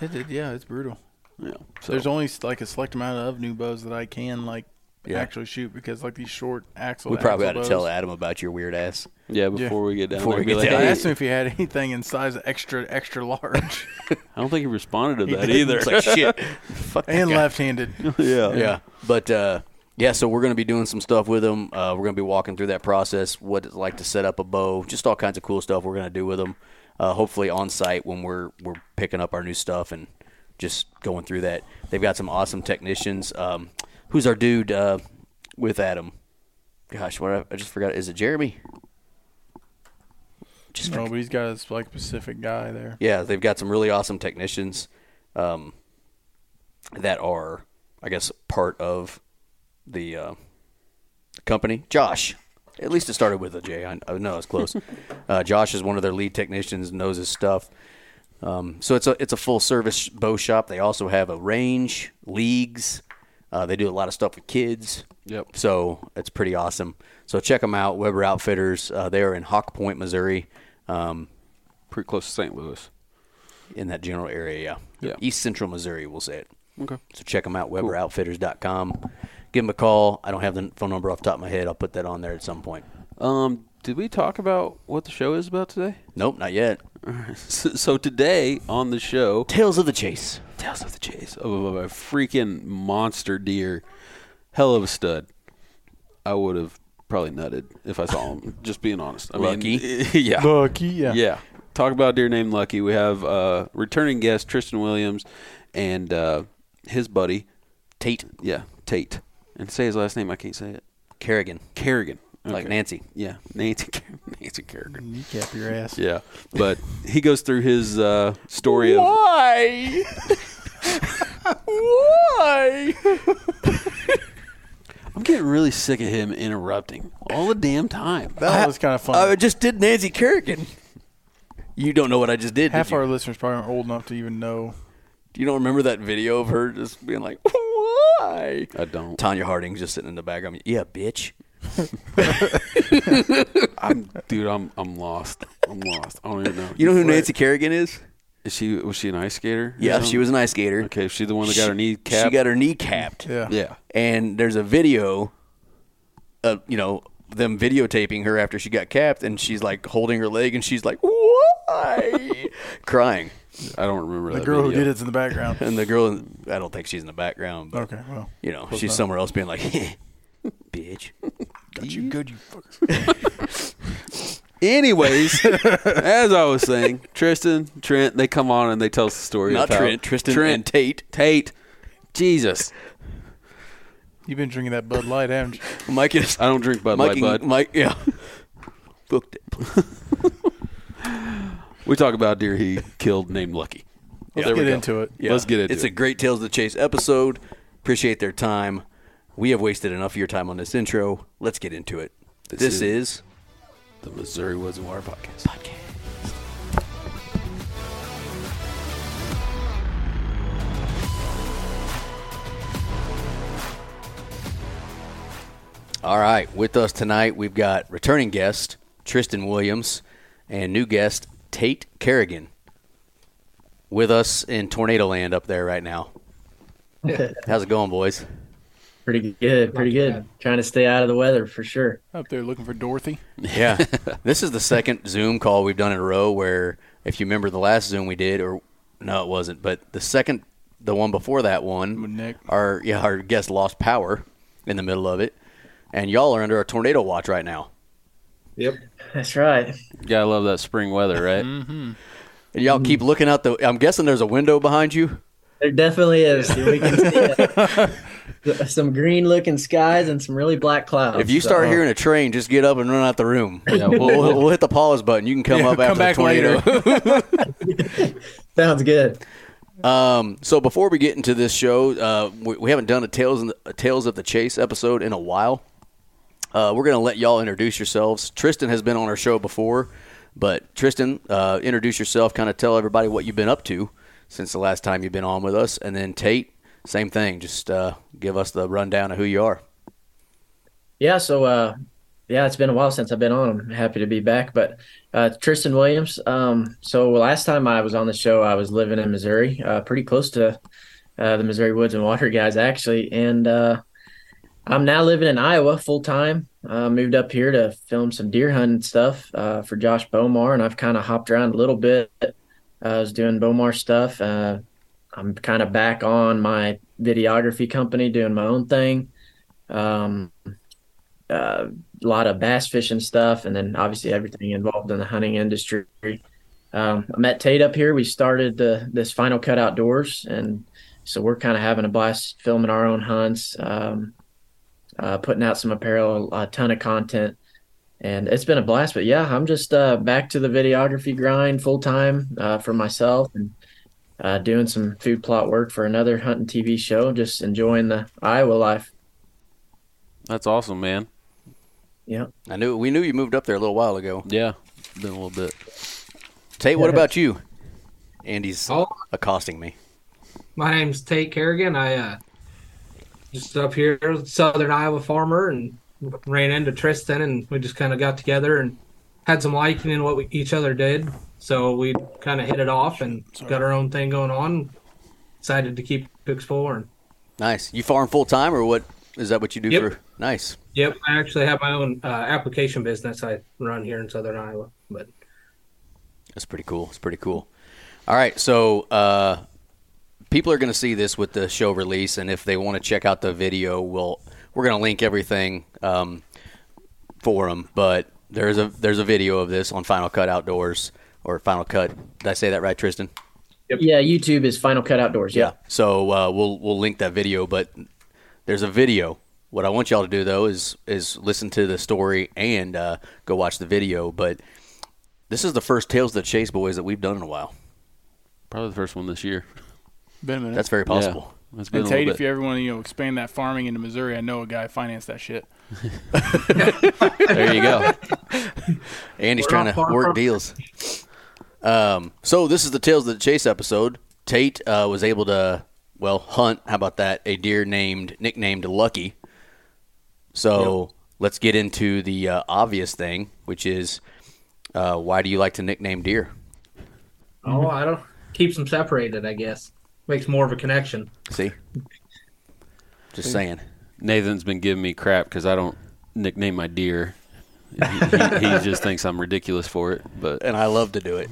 S3: It, it, yeah, it's brutal.
S2: Yeah. So
S3: There's only s- like a select amount of new bows that I can like
S4: Yeah.
S3: actually shoot because like these short axle.
S4: we probably ought
S3: axle
S4: to
S3: bows.
S4: tell Adam about your weird ass.
S2: yeah, before we get down
S4: Before
S2: there,
S4: we
S2: be
S4: get
S2: like,
S4: down
S3: I
S2: "Hey,
S4: there.
S3: asked him if he had anything in size extra extra large
S2: I don't think he responded to that
S3: didn't.
S2: either.
S4: It's like shit. Fuck that
S3: and
S4: guy.
S3: left-handed.
S2: yeah.
S4: Yeah, but uh, yeah, so we're gonna be doing some stuff with them. Uh, we're gonna be walking through that process, what it's like to set up a bow, just all kinds of cool stuff we're gonna do with them. Uh, hopefully on site when we're we're picking up our new stuff and just going through that. They've got some awesome technicians. Um, who's our dude uh, with Adam? Gosh, what I, I just forgot. Is it Jeremy? Just
S3: No, Oh, but he's got his like Pacific guy there.
S4: yeah, they've got some really awesome technicians um, that are, I guess, part of the uh, company. Josh, at least it started with a J. I, I know it's close. uh, Josh is one of their lead technicians, knows his stuff. Um, so it's a it's a full service bow shop. They also have a range, leagues. Uh, they do a lot of stuff with kids.
S2: Yep.
S4: So it's pretty awesome. So check them out, Weber Outfitters. Uh, they are in Hawk Point, Missouri. Um,
S2: Pretty close to St. Louis.
S4: in that general area. Yeah.
S2: Yeah.
S4: East Central Missouri, we'll say it.
S2: Okay.
S4: So check them out, WeberOutfitters.com. Give them a call. I don't have the phone number off the top of my head. I'll put that on there at some point.
S2: Um, did we talk about what the show is about today?
S4: Nope, not yet.
S2: So, so today on the show,
S4: Tales of the Chase.
S2: Tales of the Chase of a, of a freaking monster deer, hell of a stud. I would have probably nutted if I saw him. just being honest. I
S4: Lucky.
S2: Mean, yeah.
S3: Lucky, yeah.
S2: Yeah. Talk about deer named Lucky. We have uh, returning guest Tristan Williams and uh, his buddy
S4: Tate
S2: yeah Tate. And say his last name. I can't say it.
S4: Kerrigan.
S2: Kerrigan.
S4: Like
S2: Okay.
S4: Nancy. Mm.
S2: Yeah, Nancy. Ker- Nancy Kerrigan.
S3: Kneecap your ass.
S2: Yeah, but he goes through his uh, story of
S4: Why? Why?
S2: I'm getting really sick of him interrupting all the damn time.
S3: That was kind of fun.
S4: I just did Nancy Kerrigan. You don't know what I just did.
S3: Half
S4: did you?
S3: our listeners probably aren't old enough to even know.
S4: you don't remember that video of her just being like, why?
S2: I don't.
S4: Tanya Harding's just sitting in the back. I'm yeah, bitch.
S2: I'm dude. I'm I'm lost. I'm lost. I don't even know.
S4: You know who
S2: Where-
S4: Nancy Kerrigan is?
S2: is she? Was she an ice skater? or
S4: Yeah,
S2: something?
S4: she was an ice skater.
S2: Okay, is she the one that got her knee capped.
S4: She got her knee capped.
S3: Yeah.
S2: Yeah.
S4: And there's a video of, you know, them videotaping her after she got capped, and she's like holding her leg, and she's like, why? crying.
S2: I don't remember
S3: The
S2: that
S3: girl who
S2: video.
S3: did it's in the background.
S4: And the girl, I don't think she's in the background, but,
S3: okay, well.
S4: you know, she's somewhere else being like, bitch.
S3: Got you good, you fucker.
S2: Anyways, as I was saying, Tristan, Trent, they come on and they tell us the story.
S4: Not
S2: of how-
S4: Trent, Tristan
S2: Trent,
S4: and Tate.
S2: Tate. Jesus.
S3: You've been drinking that Bud Light, haven't you?
S4: Mike is.
S2: I don't drink Bud Light,
S4: Mike,
S2: bud.
S4: Mike, yeah. Booked it.
S2: We talk about deer he killed named Lucky.
S3: Let's
S4: there we
S3: get
S4: go.
S3: into it.
S2: Let's get into
S4: It's a
S2: it.
S4: great Tales of the Chase episode. Appreciate their time. We have wasted enough of your time on this intro. Let's get into it. This,
S2: is-
S4: is
S2: the Missouri Woods and Water podcast.
S4: all right. With us tonight, we've got returning guest Tristan Williams and new guest Tate Kerrigan. With us in Tornado Land up there right now. How's it going, boys?
S5: Pretty good, pretty good. Trying to stay out of the weather for sure.
S3: Up there looking for Dorothy.
S4: Yeah. this is the second Zoom call we've done in a row where, if you remember the last Zoom we did, or no, it wasn't, but the second, the one before that
S3: With
S4: one,
S3: Nick.
S4: our yeah, our guest lost power in the middle of it, and y'all are under a tornado watch right now.
S5: That's right.
S2: Gotta love that spring weather, right?
S3: Mm-hmm.
S4: And y'all keep looking out the. I'm guessing there's a window behind you.
S5: There definitely is. We can see it. some green looking skies and some really black clouds.
S4: If you start
S5: So,
S4: hearing a train, just get up and run out the room.
S2: Yeah,
S4: we'll, we'll, we'll hit the pause button. You can come
S3: Yeah,
S4: up after
S3: come back
S4: the tornado.
S3: later.
S5: sounds good.
S4: Um, so before we get into this show, uh, we, we haven't done a Tales, in the, a Tales of the Chase episode in a while. Uh, we're going to let y'all introduce yourselves. Tristan has been on our show before, but Tristan, uh, introduce yourself, kind of tell everybody what you've been up to since the last time you've been on with us. And then Tate, same thing. Just uh, give us the rundown of who you are.
S5: Yeah, so uh yeah, it's been a while since I've been on. I'm happy to be back. But uh Tristan Williams. Um so last time I was on the show I was living in Missouri, uh pretty close to uh the Missouri Woods and Water guys actually. And uh I'm now living in Iowa full time. Uh moved up here to film some deer hunting stuff uh for Josh Bomar and I've kinda hopped around a little bit. Uh, I was doing Bomar stuff. Uh I'm kind of back on my videography company doing my own thing. Um uh, a lot of bass fishing stuff, and then obviously everything involved in the hunting industry. Um, I met Tate up here. We started the, this Final Cut Outdoors, and so we're kind of having a blast filming our own hunts, um, uh, putting out some apparel, a ton of content, and it's been a blast. But yeah, I'm just uh, back to the videography grind full time uh, for myself and uh, doing some food plot work for another hunting TV show. Just enjoying the Iowa life.
S2: That's awesome, man.
S5: Yeah.
S4: I knew we knew you moved up there a little while ago.
S2: Yeah, been a little bit.
S4: Tate, what about you? Andy's
S6: Oh.
S4: accosting me.
S6: My name's Tate Kerrigan. I uh, just up here, Southern Iowa farmer, and ran into Tristan, and we just kind of got together and had some liking in what we, each other did. So we kind of hit it off and got our own thing going on. Decided to keep exploring.
S4: Nice. You farm full time, or what? Is that what you do
S6: Yep.
S4: for? Nice.
S6: Yep, I actually have my own uh, application business I run here in Southern Iowa, but
S4: That's pretty cool. It's pretty cool. All right, so uh, people are going to see this with the show release, and if they want to check out the video, we'll we're going to link everything um, for them. But there's a there's a video of this on Final Cut Outdoors or Final Cut. Did I say that right, Tristan?
S5: Yeah, YouTube is Final Cut Outdoors. Yeah.
S4: So uh, we'll we'll link that video, but there's a video. What I want y'all to do though is is listen to the story and uh, go watch the video. But this is the first Tales of the Chase Boys that we've done in a while.
S2: Probably the first one this year.
S3: Been a minute.
S4: That's very possible.
S2: Yeah, it's been
S3: and
S2: a
S3: Tate,
S2: little
S3: if you
S2: bit.
S3: ever want to, you know, expand that farming into Missouri, I know a guy financed that shit.
S4: There you go. Andy's
S6: We're
S4: trying
S6: not
S4: to
S6: far
S4: work
S6: from-
S4: deals. Um, so this is the Tales of the Chase episode. Tate uh, was able to, well, hunt. How about that? A deer named nicknamed Lucky. So let's get into the uh, obvious thing, which is uh, why do you like to nickname deer?
S6: oh, I don't keeps them separated. I guess makes more of a connection.
S4: See, just saying.
S2: Nathan's been giving me crap because I don't nickname my deer. he, he- he just thinks I'm ridiculous for it, but
S4: and I love to do it.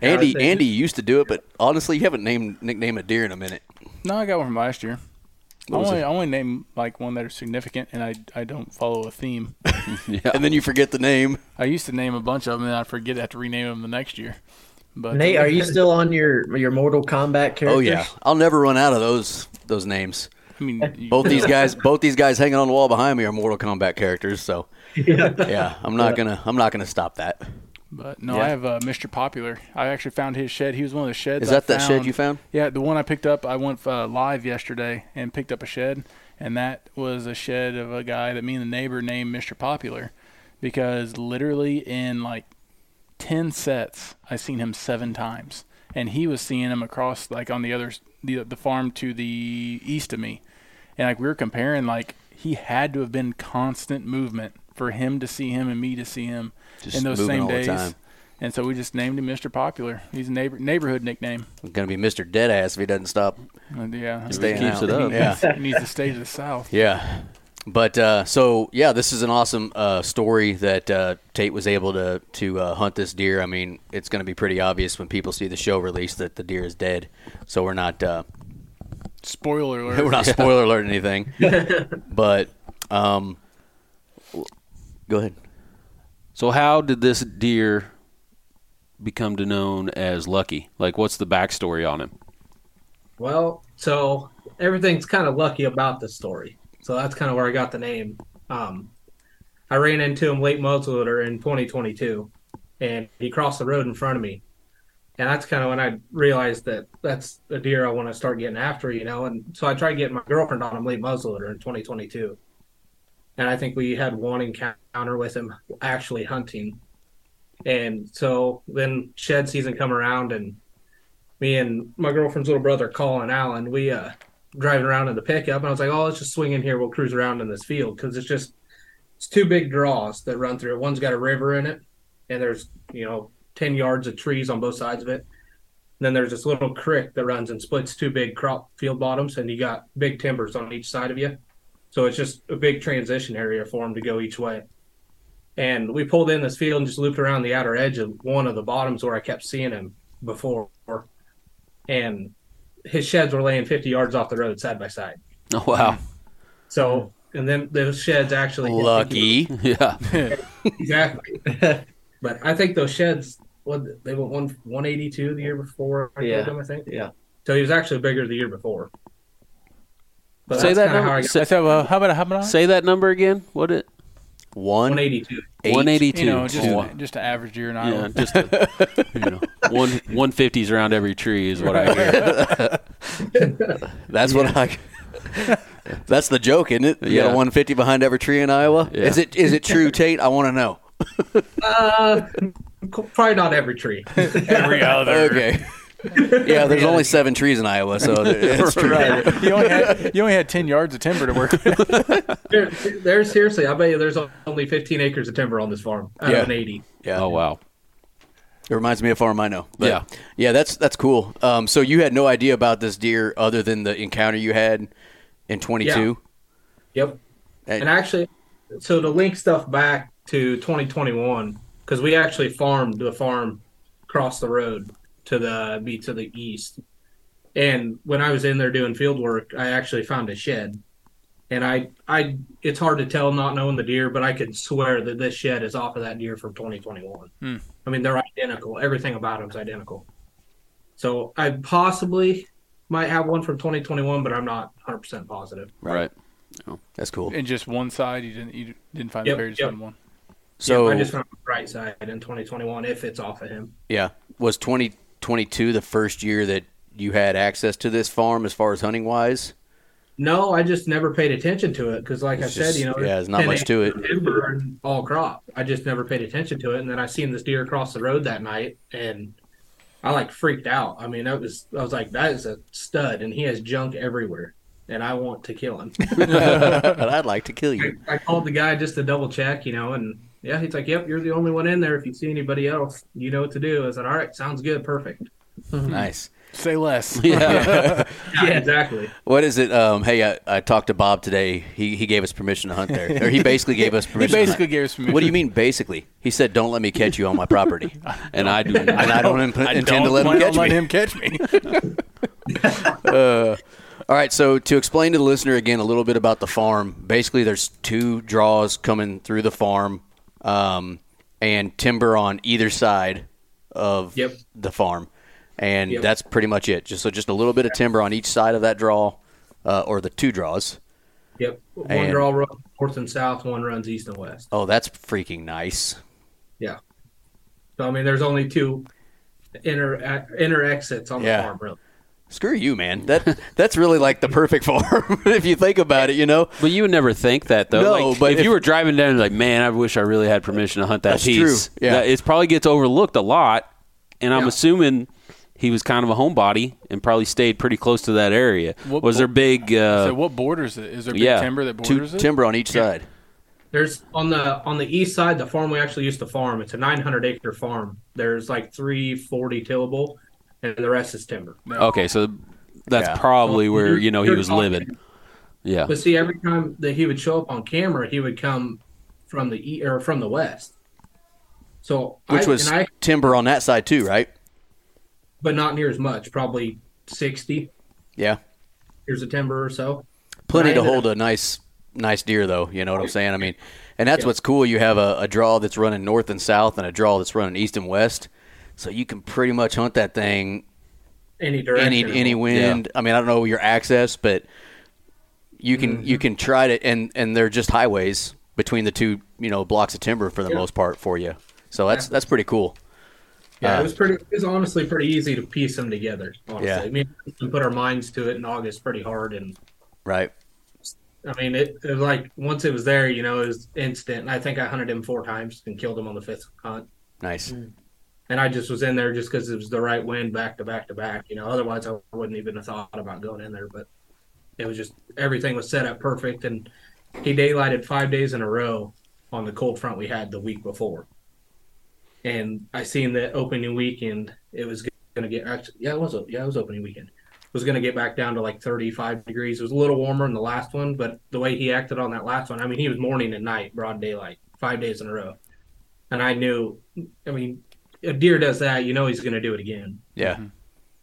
S4: Andy,
S6: think-
S4: Andy used to do it, but honestly, you haven't named nickname a deer in a minute.
S3: No, I got one from last year. I
S4: What was
S3: only,
S4: it?
S3: I only name like one that are significant, and I, I don't follow a theme.
S2: yeah,
S4: And then you forget the name.
S3: I used to name a bunch of them, and I forget. I have to rename them the next year. But
S5: Nate, are you still on your your Mortal Kombat character?
S4: Oh yeah, I'll never run out of those those names.
S3: I I mean, you-
S4: Both these guys, both these guys hanging on the wall behind me are Mortal Kombat characters. So yeah, I'm not gonna, I'm not gonna stop that.
S3: But no,
S4: Yeah.
S3: I have uh, Mr. Popular. I actually found his shed. He was one of the sheds.
S4: Is
S3: I
S4: that that shed you found?
S3: Yeah, the one I picked up. I went uh, live yesterday and picked up a shed, and that was a shed of a guy that me and the neighbor named Mr. Popular, because literally in like ten sets, I seen him seven times, and he was seeing him across like on the other s- the the farm to the east of me, and like we were comparing like he had to have been constant movement for him to see him and me to see him
S4: Just
S3: in those
S4: moving
S3: same
S4: all the
S3: days.
S4: time.
S3: And so we just named him Mr. Popular. He's a neighbor neighborhood nickname.
S4: It's gonna be Mr. Deadass if he doesn't stop
S3: And yeah,
S4: staying
S2: keeps
S4: out.
S2: it up.
S4: Yeah.
S3: He needs to stay to the south.
S4: Yeah. But uh, so yeah, this is an awesome uh, story that uh, Tate was able to to uh, hunt this deer. I mean, it's going to be pretty obvious when people see the show release that the deer is dead. So we're not uh,
S3: Spoiler alert.
S4: we're not spoiler alert anything. but um, w- go ahead.
S2: So how did this deer become to known as Lucky? Like, what's the backstory on him?
S6: Well, so everything's kind of lucky about this story. So that's kind of where I got the name. Um, I ran into him late muzzleloader in 2022, and he crossed the road in front of me. And that's kind of when I realized that that's a deer I want to start getting after, you know. And so I tried getting my girlfriend on him late muzzleloader in 2022. And I think we had one encounter with him actually hunting. And so then shed season come around, and me and my girlfriend's little brother Colin Allen, we uh driving around in the pickup and I was like, Oh, let's just swing in here, we'll cruise around in this field because it's just it's two big draws that run through it. One's got a river in it and there's, you know, ten yards of trees on both sides of it. And then there's this little creek that runs and splits two big crop field bottoms and you got big timbers on each side of you. So it's just a big transition area for them to go each way. And we pulled in this field and just looped around the outer edge of one of the bottoms where I kept seeing him before and his sheds were laying 50 yards off the road side by side.
S2: Oh wow,
S6: So, and then those sheds actually
S4: Lucky.
S2: yeah,
S6: exactly. but I think those sheds, what they went one 182 the year before. I
S7: Yeah.
S6: told him, I think.
S7: Yeah.
S6: So he was actually bigger the year before. But
S2: Say
S6: that's
S2: that
S6: kinda
S2: number.
S6: how I got
S2: Say,
S3: So uh, how about how about
S2: say that number again. What it?
S4: One
S6: 182.
S4: eight-
S2: One eighty two.
S3: you know just just an average year in
S2: yeah,
S3: Iowa?
S2: just a, you know, one one fifties around every tree is what I hear.
S4: That's what I. that's the joke, isn't it? You got
S2: Yeah.
S4: a 150 behind every tree in Iowa.
S2: Yeah.
S4: Is it is it true, Tate? I want to know.
S6: Uh, probably not every tree.
S3: Every other.
S4: Okay. Yeah, there's only seven trees in Iowa, so it's true.
S3: You only had you only had ten yards of timber to work with.
S6: there, there's seriously, I bet you there's only 15 acres of timber on this farm out
S4: Yeah.
S6: of an 80.
S4: Yeah,
S2: Oh wow,
S4: it reminds me of a farm I know. But
S2: Yeah.
S4: yeah, that's that's cool. Um, so you had no idea about this deer other than the encounter you had in 22.
S6: Yep.
S4: Hey.
S6: And actually, so to link stuff back to 2021, because we actually farmed the farm across the road to the be to the east. And when I was in there doing field work, I actually found a shed. And I, I, it's hard to tell not knowing the deer, but I could swear that this shed is off of that deer from 2021.
S3: Hmm.
S6: I mean, they're identical. Everything about them's identical. So I possibly might have one from 2021, but I'm not 100% positive.
S2: right?
S4: That's cool.
S3: And just one side, you didn't you didn't find
S6: Yep,
S3: the very
S6: yep.
S3: yep. one.
S4: So
S6: I just found the right side in 2021 if it's off of him.
S4: yeah, was 2022 the first year that you had access to this farm as far as hunting wise?
S6: No, I just never paid attention to it because, like
S4: It's
S6: I
S4: just-
S6: said, you know,
S4: yeah, there's not
S6: 10
S4: much to
S6: acres of timber and all crop. I just never paid attention to it, and then I seen this deer across the road that night, and I like freaked out. I mean, that was I was like, that is a stud, and he has junk everywhere, and I want to kill him.
S4: but I'd like to kill you.
S6: I called the guy just to double check, you know, and yeah, he's like, "Yep, you're the only one in there. If you see anybody else, you know what to do." I said, "All right, sounds good, perfect."
S4: Nice.
S3: Say less.
S6: yeah exactly.
S4: What is it? Um, hey, I, I talked to Bob today. He he gave us permission to hunt there, or he basically gave us
S3: He
S4: permission. to
S3: basically
S4: hunt.
S3: gave us permission.
S4: What do you mean, basically? He said, "Don't let me catch you on my property,"
S2: And I do.
S4: and I don't imp-
S3: I
S4: intend
S3: don't
S4: to let him
S3: plan on
S4: catch
S3: letting
S4: me.
S3: him catch me.
S4: All right, so to explain to the listener again a little bit about the farm, basically there's two draws coming through the farm, um, and timber on either side of
S6: Yep.
S4: the farm, and
S6: Yep.
S4: that's pretty much it. Just so just a little bit of timber on each side of that draw, uh, or the two draws.
S6: Yep. One
S4: And-
S6: draw runs north and south, one runs east and west.
S4: Oh, that's freaking nice.
S6: So I mean, there's only two inner inner exits on
S4: Yeah.
S6: the farm, really.
S4: Screw you, man. That that's really like the perfect farm if you think about it. You know,
S2: But you would never think that though.
S4: No,
S2: Like,
S4: but
S2: if,
S4: if-
S2: you were driving down, and like, man, I wish I really had permission to hunt that
S4: That's
S2: piece.
S4: true, yeah.
S2: that- it probably gets overlooked a lot, and I'm
S6: Yeah.
S2: assuming he was kind of a homebody and probably stayed pretty close to that area.
S3: What
S2: was
S3: bo-
S2: there big? Uh,
S3: so what borders it? Is there big
S2: yeah,
S3: timber that
S4: two
S3: borders it?
S4: timber on each side.
S6: There's on the on the east side, the farm we actually used to farm. It's a 900 acre farm. There's like 340 tillable, and the rest is timber.
S2: okay, so that's
S4: Yeah.
S2: probably where you know he
S6: You're
S2: was
S6: talking-
S2: living. Yeah.
S6: But see, every time that he would show up on camera, he would come from the e- or from the west. So
S4: Which
S6: I,
S4: was
S6: and I,
S4: timber on that side too, right?
S6: but not near as much. Probably 60
S4: Yeah,
S6: years of timber or so.
S4: plenty
S6: I
S4: to
S6: ended
S4: hold a nice nice deer though. You know what I'm saying? I mean, and that's what's cool. You have a, a draw that's running north and south, and a draw that's running east and west, so you can pretty much hunt that thing
S6: Any direction.
S4: any any wind. I mean, I don't know your access, but you can you can try to and and they're just highways between the two you know blocks of timber for the most part for you. So that's that's pretty cool.
S6: Yeah,
S4: Uh,
S6: it was pretty. It was honestly pretty easy to piece them together. Honestly,
S4: Yeah.
S6: I mean, we put our minds to it in August pretty hard, and
S4: Right.
S6: I mean, it, it was like once it was there, you know, it was instant. And I think I hunted him four times and killed him on the fifth hunt,
S4: Nice.
S6: and I just was in there just because it was the right wind, back to back to back. You know, otherwise I wouldn't even have thought about going in there. But it was just everything was set up perfect, and he daylighted five days in a row on the cold front we had the week before. And I seen that opening weekend, it was gonna get actually yeah it was a, yeah it was opening weekend It was gonna get back down to like 35 degrees. It was a little warmer than the last one, but the way he acted on that last one, I mean he was morning and night, broad daylight, five days in a row, and I knew, I mean, a deer does that, you know he's gonna do it again.
S4: Yeah.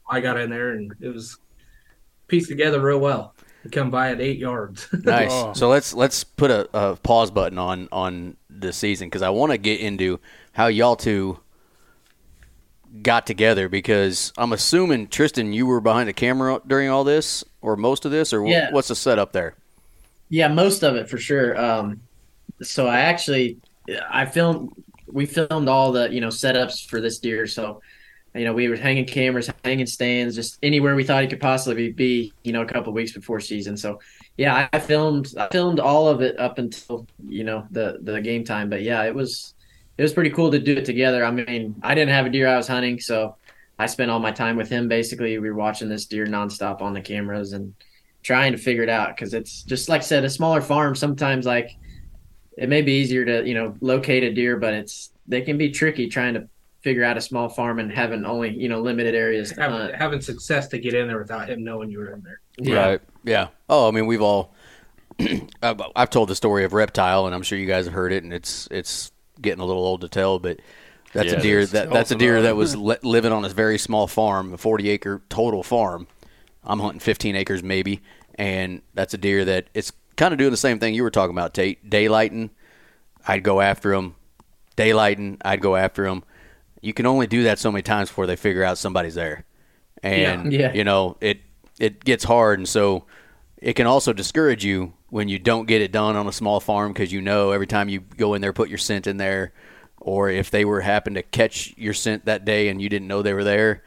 S6: I got in there and it was pieced together real well. He come by at eight yards.
S4: Nice.
S3: Oh.
S4: So let's let's put a, a pause button on on the season because I want to get into how y'all two got together because I'm assuming Tristan, you were behind the camera during all this or most of this, or wh-
S7: Yeah.
S4: what's the setup there?
S7: Yeah, most of it for sure. Um, so I actually, I filmed, we filmed all the you know setups for this deer. So, you know, we were hanging cameras, hanging stands, just anywhere we thought he could possibly be. You know, a couple weeks before season. So, yeah, I filmed, I filmed all of it up until you know the the game time. But yeah, it was it was pretty cool to do it together. I mean, I didn't have a deer I was hunting, so I spent all my time with him. Basically, we were watching this deer nonstop on the cameras and trying to figure it out because it's just like I said, a smaller farm sometimes like it may be easier to you know locate a deer, but it's they can be tricky trying to figure out a small farm and having only you know limited areas. To
S6: having,
S5: Uh,
S7: hunt.
S6: having success to get in there without him knowing you were in there.
S2: Right.
S4: Yeah. Oh, I mean, we've all. I've I've told the story of reptile, and I'm sure you guys have heard it, and it's it's getting a little old to tell, but that's
S2: Yeah,
S4: a deer
S2: it's-
S4: that that's a deer that was le- living on a very small farm, a 40 acre total farm. I'm hunting 15 acres maybe, and that's a deer that it's kind of doing the same thing you were talking about, Tate. Daylighting, I'd go after him. Daylighting, I'd go after him. You can only do that so many times before they figure out somebody's there, and
S7: Yeah. Yeah.
S4: you know it it gets hard, and so it can also discourage you when you don't get it done on a small farm because you know every time you go in there, put your scent in there, or if they were happen to catch your scent that day and you didn't know they were there,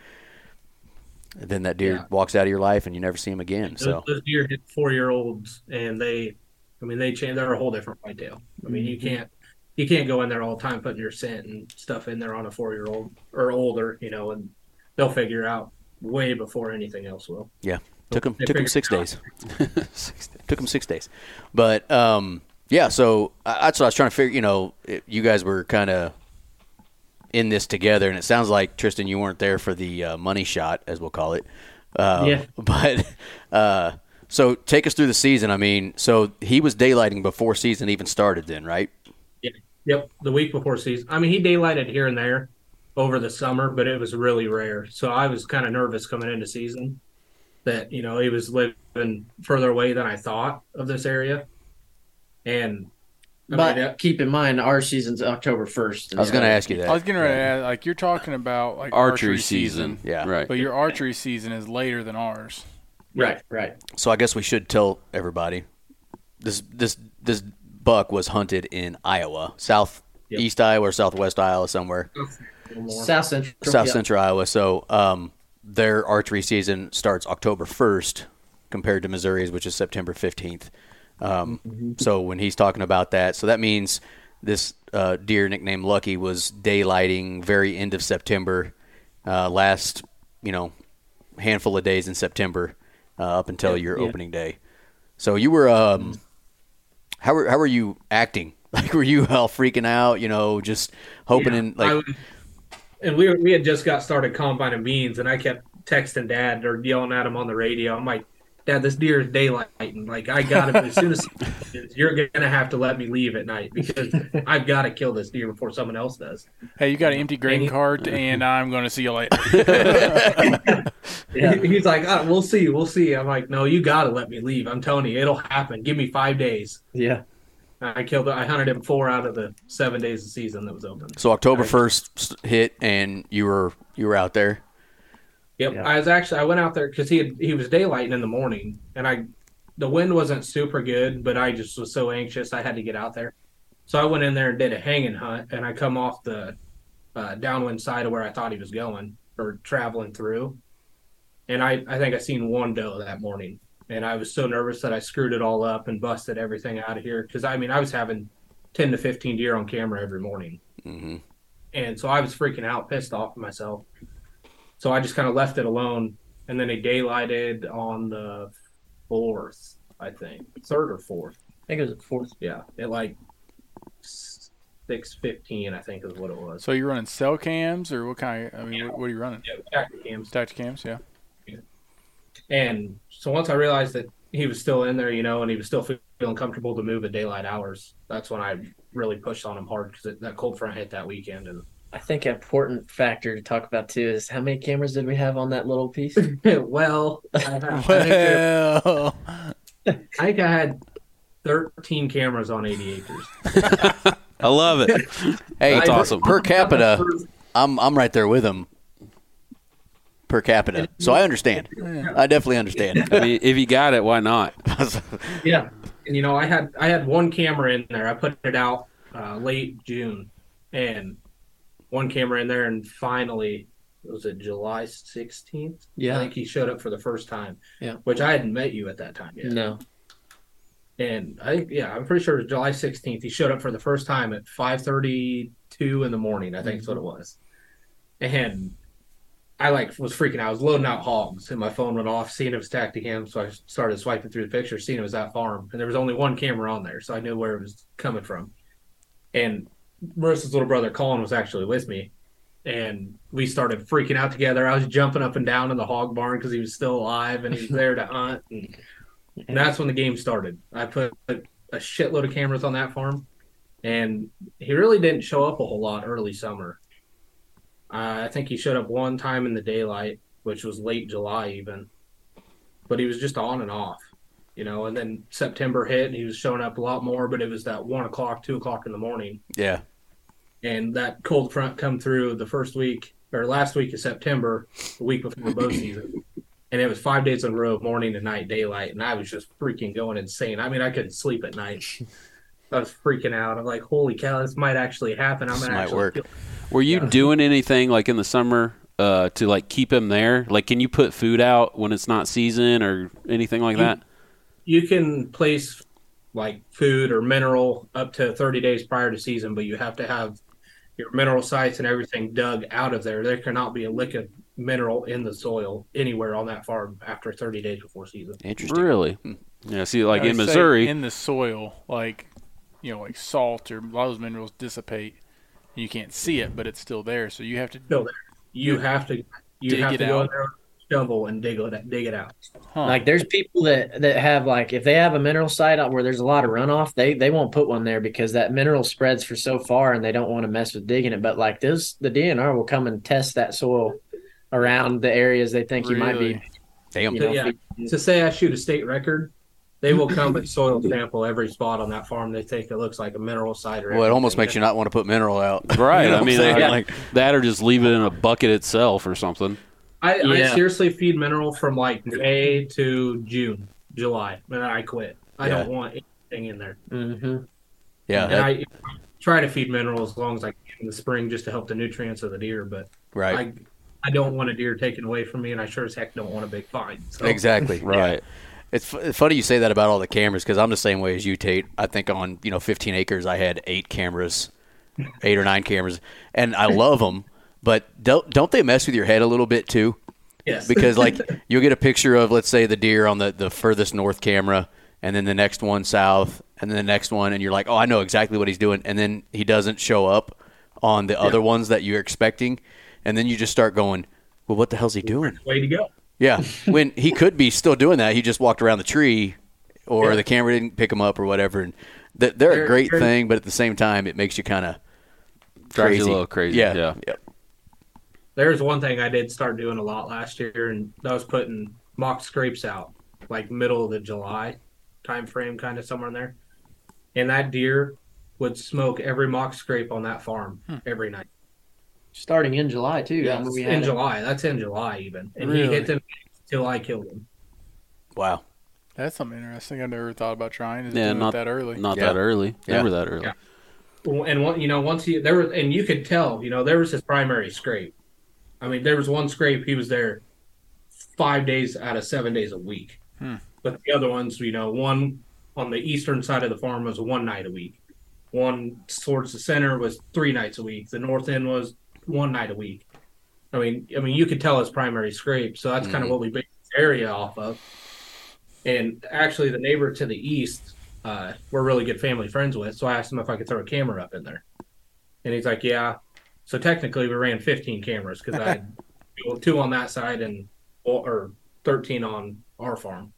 S4: then that deer
S6: Yeah.
S4: walks out of your life and you never see him again.
S6: Those,
S4: So
S6: those deer hit four year olds, and they, I mean, they change. They're a whole different whitetail. I mean, you can't, you can't go in there all the time putting your scent and stuff in there on a four year old or older, you know, and they'll figure out way before anything else will.
S4: yeah, took him
S6: They
S4: took him
S6: figured
S4: six
S6: it out.
S4: days. took him six days, but um, yeah. So I, that's what I was trying to figure. You know, it, you guys were kind of in this together, and it sounds like Tristan, you weren't there for the uh, money shot, as we'll call it. Um,
S7: Yeah.
S4: But uh, so take us through the season. I mean, so he was daylighting before season even started, then, right?
S6: Yep, the week before season. I mean, he daylighted here and there over the summer, but it was really rare. So I was kind of nervous coming into season that you know he was living further away than I thought of this area, and I
S7: but
S6: mean, it-
S7: keep in mind our season's October first.
S4: I was going to ask you that.
S3: I was getting ready to add, like you're talking about like
S2: Archery season.
S4: Yeah.
S2: Right.
S3: but your archery season is later than ours.
S7: Right, right.
S4: So I guess we should tell everybody this this this buck was hunted in Iowa, south
S7: Yep.
S4: east Iowa or southwest Iowa somewhere,
S7: South Central.
S4: south
S7: yeah.
S4: central Iowa. So um, their archery season starts October first, compared to Missouri's, which is September fifteenth. Um, So when he's talking about that, so that means this uh, deer nicknamed Lucky was daylighting very end of September, uh, last you know handful of days in September uh, up until your opening day. So you were um, how were how were you acting? Like were you all freaking out? You know, just hoping
S6: Yeah,
S4: and
S6: I
S4: like
S6: would- and we were, we had just got started combining beans, and I kept texting Dad or yelling at him on the radio. I'm like, Dad, this deer is daylighting. Like I got him as soon as you're gonna have to let me leave at night because I've got to kill this deer before someone else does.
S3: Hey, you got an empty grain cart, and I'm going to see you later.
S7: Yeah.
S6: He- He's like, oh, we'll see, we'll see. I'm like, no, you got to let me leave. I'm Tony. It'll happen. Give me five days.
S7: Yeah.
S6: I killed. I hunted him four out of the seven days of season that was open.
S4: so October first hit and you were you were out there.
S6: Yep.
S7: Yeah.
S6: I was actually I went out there because he had, he was daylighting in the morning, and I the wind wasn't super good, but I just was so anxious I had to get out there. So I went in there and did a hanging hunt, and I come off the uh, downwind side of where I thought he was going or traveling through, and I I think I seen one doe that morning, and I was so nervous that I screwed it all up and busted everything out of here because I mean I was having ten to fifteen deer on camera every morning. Mm-hmm.
S4: hmm
S6: And so I was freaking out, pissed off at myself. So I just kind of left it alone. And then it daylighted on the fourth, I think, third or fourth.
S7: I think it was the fourth.
S6: Yeah, at like six fifteen, I think is what it was.
S3: so you're running cell cams, or what kind? Of, I mean, what, what are you running?
S6: Yeah, tactical cams.
S3: Tactic cams, yeah.
S6: And so once I realized that he was still in there, you know, and he was still feeling comfortable to move at daylight hours, that's when I really pushed on him hard because that cold front hit that weekend. And
S7: I think an important factor to talk about too is how many cameras did we have on that little piece?
S6: well, I, I think there-
S3: Well,
S6: I think I had 13 cameras on 80 acres.
S2: I love it.
S4: Hey,
S2: That's
S4: per-
S2: awesome.
S4: Per capita, I'm I'm right there with him. Per capita, so I understand. I definitely understand.
S2: I mean, if you got it, why not?
S6: Yeah. And you know, I had I had one camera in there. I put it out uh, late June, and one camera in there, and finally, was it July 16th? I
S7: yeah.
S6: think he showed up for the first time.
S7: Yeah.
S6: Which I hadn't met you at that time yet.
S7: No.
S6: And I think yeah, I'm pretty sure it was July 16th. He showed up for the first time at 5:32 in the morning. I think is what it was. And I like was freaking out. I was loading out hogs, and my phone went off, seeing it was tactic him. So I started swiping through the pictures, seeing it was that farm, and there was only one camera on there, so I knew where it was coming from. And Marissa's little brother Colin was actually with me, and we started freaking out together. I was jumping up and down in the hog barn because he was still alive and he was there to hunt. And, and that's when the game started. I put a shitload of cameras on that farm, and he really didn't show up a whole lot early summer. Uh, I think he showed up one time in the daylight, which was late July even, but he was just on and off, you know. And then September hit, and he was showing up a lot more, but it was that one o'clock, two o'clock in the morning
S4: yeah,
S6: and that cold front come through the first week or last week of September, the week before bow season, and it was five days in a row, morning and night, daylight, and I was just freaking going insane. I mean, I couldn't sleep at night. I was freaking out. I'm like, holy cow, this might actually happen. I'm
S4: This
S6: gonna
S4: might
S6: actually
S4: work.
S6: kill-
S2: Were you
S6: Yeah.
S2: doing anything like in the summer uh, to like keep him there? Like, can you put food out when it's not season or anything like
S6: You-
S2: that?
S6: you can place like food or mineral up to 30 days prior to season, but you have to have your mineral sites and everything dug out of there. There cannot be a lick of mineral in the soil anywhere on that farm after 30 days before season.
S4: interesting.
S2: Really? Hmm. Yeah. See, like
S3: I
S2: in
S3: would Uh, say
S2: Missouri,
S3: in the soil, like you know, like salt or a lot of those minerals dissipate. You can't see it, but it's still there. So you have to.
S6: Still there. You have to you
S3: Dig
S6: have
S3: it
S6: to go
S3: out.
S6: in there with a shovel and dig it dig it out.
S3: Huh.
S7: Like there's people that that have like if they have a mineral site out where there's a lot of runoff, they they won't put one there because that mineral spreads for so far and they don't want to mess with digging it. But like this, the DNR will come and test that soil around the areas they think you might be.
S3: Really?
S4: Damn.
S7: You know,
S6: Yeah. To say I shoot a state record, they will come and soil sample every spot on that farm they think it looks like a mineral site or
S4: Well, it almost
S6: everything.
S4: makes you not want to put mineral out.
S2: right?
S4: You know
S2: I mean,
S4: what I'm saying?
S2: like that, or just leave it in a bucket itself or something.
S6: I,
S7: Yeah.
S6: I seriously feed mineral from like May to June, July, and I quit. I
S4: Yeah.
S6: don't want anything in there.
S7: Mm-hmm.
S4: Yeah,
S6: and
S4: that-
S6: I try to feed mineral as long as I can in the spring just to help the nutrients of the deer, but
S4: right.
S6: I I don't want a deer taken away from me, and I sure as heck don't want a big fine. So
S4: exactly.
S2: Right.
S4: It's f- funny you say that about all the cameras because I'm the same way as you, Tate. I think on you know 15 acres I had eight cameras, eight or nine cameras, and I love them. But don't don't they mess with your head a little bit too?
S6: yes,
S4: Because like you'll get a picture of let's say the deer on the the furthest north camera, and then the next one south, and then the next one, and you're like, oh, I know exactly what he's doing, and then he doesn't show up on the other ones that you're expecting, and then you just start going, well, what the hell's he doing?
S6: way to go.
S4: Yeah, when he could be still doing that, he just walked around the tree, or
S6: Yeah.
S4: the camera didn't pick him up, or whatever. And th- they're, a
S6: They're-
S4: great
S6: they're-
S4: thing, but at the same time, it makes you kind of
S2: Drives
S4: crazy.
S2: you a little crazy.
S4: Yeah,
S2: Yeah.
S6: There's one thing I did start doing a lot last year, and that was putting mock scrapes out, like middle of the July time frame, kind of somewhere in there. And that deer would smoke every mock scrape on that farm every night.
S7: Starting in July too. I
S6: Yeah,
S7: mean, we
S6: in
S7: had it.
S6: July. That's in July even, and he
S3: Really?
S6: hit them till I killed him.
S4: Wow.
S3: That's something interesting. I never thought about trying. Is
S2: Yeah,
S3: doing
S2: not-
S3: it that early.
S2: Not
S4: Yeah.
S2: that early.
S4: Yeah.
S2: Never that early.
S6: Yeah. Well, and one, you know, once he there was, and you could tell, you know, there was his primary scrape. I mean, there was one scrape he was there five days out of seven days a week,
S3: Hmm.
S6: but the other ones, you know, one on the eastern side of the farm was one night a week, one towards the center was three nights a week, the north end was one night a week. I mean, I mean, you could tell his primary scrape, so that's kind of what we based this area off of. And actually, the neighbor to the east, uh, we're really good family friends with. So I asked him if I could throw a camera up in there, and he's like, "Yeah." So technically, we ran 15 cameras because I had two- two on that side and or- or 13 on our farm,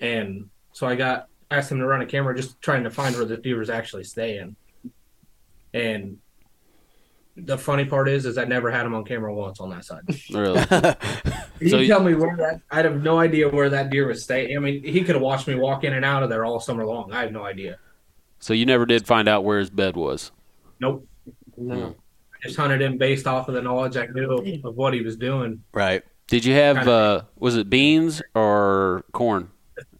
S6: and so I got asked him to run a camera just trying to find where the deer was actually staying, and the funny part is, is I never had him on camera once on that side.
S2: Really.
S6: You
S2: So-
S6: tell me where that? I'd have no idea where that deer was staying. I mean, he could have watched me walk in and out of there all summer long. I have no idea.
S2: so you never did find out where his bed was.
S6: Nope.
S7: No.
S6: I just hunted him based off of the knowledge I knew of, of what he was doing.
S4: Right.
S2: Did you have
S6: Kinda.
S2: uh was it beans or corn?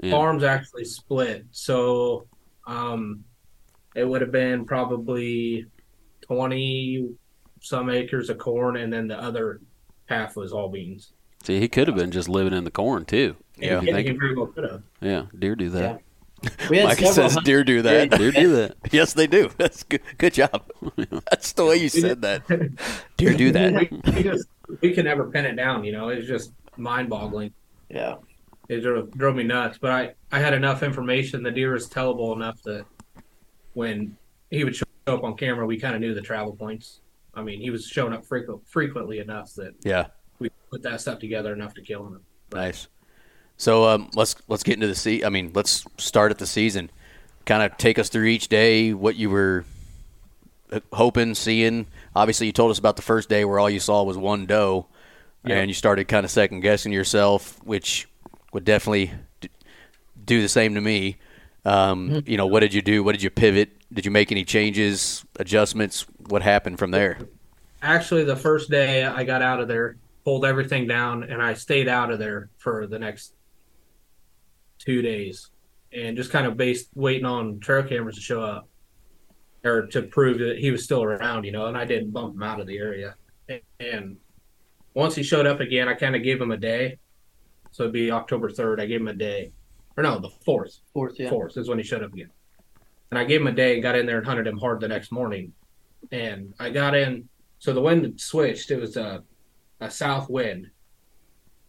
S2: Yeah.
S6: Farms actually split, so um, it would have been probably twenty some acres of corn, and then the other half was all beans.
S2: See, he could have been just living in the corn too.
S4: Yeah.
S6: he,
S2: Thank
S6: he
S2: you.
S6: very well could have.
S2: Yeah, deer do that.
S7: We had
S4: Mike
S7: several
S4: says
S7: hun-
S4: deer do that.
S2: Deer do that.
S4: yes, they do. That's good. Good job. That's the way you said that. Deer do that.
S6: We, we just we can never pin it down. You know, it's just mind boggling.
S7: Yeah.
S6: it drove, drove me nuts. But I, I had enough information. The deer was tellable enough that when he would show up on camera, we kind of knew the travel points. I mean, he was showing up frequent, frequently enough that
S4: Yeah.
S6: we put that stuff together enough to kill him.
S4: Nice. So um, let's let's get into the sea. I mean, let's start at the season. Kind of take us through each day, what you were uh, hoping, seeing. Obviously, you told us about the first day where all you saw was one doe,
S6: Yeah.
S4: and you started kind of second guessing yourself, which would definitely d- do the same to me. Um, you know, what did you do? What did you pivot? Did you make any changes, adjustments? What happened from there?
S6: Actually, the first day I got out of there, pulled everything down, and I stayed out of there for the next two days, and just kind of based waiting on trail cameras to show up or to prove that he was still around, you know. And I didn't bump him out of the area. And once he showed up again, I kind of gave him a day. So it'd be October third. I gave him a day, or no, the fourth.
S7: Fourth, yeah.
S6: Fourth is when he showed up again. And I gave him a day, got in there and hunted him hard the next morning. And I got in. So the wind had switched. It was a, a south wind.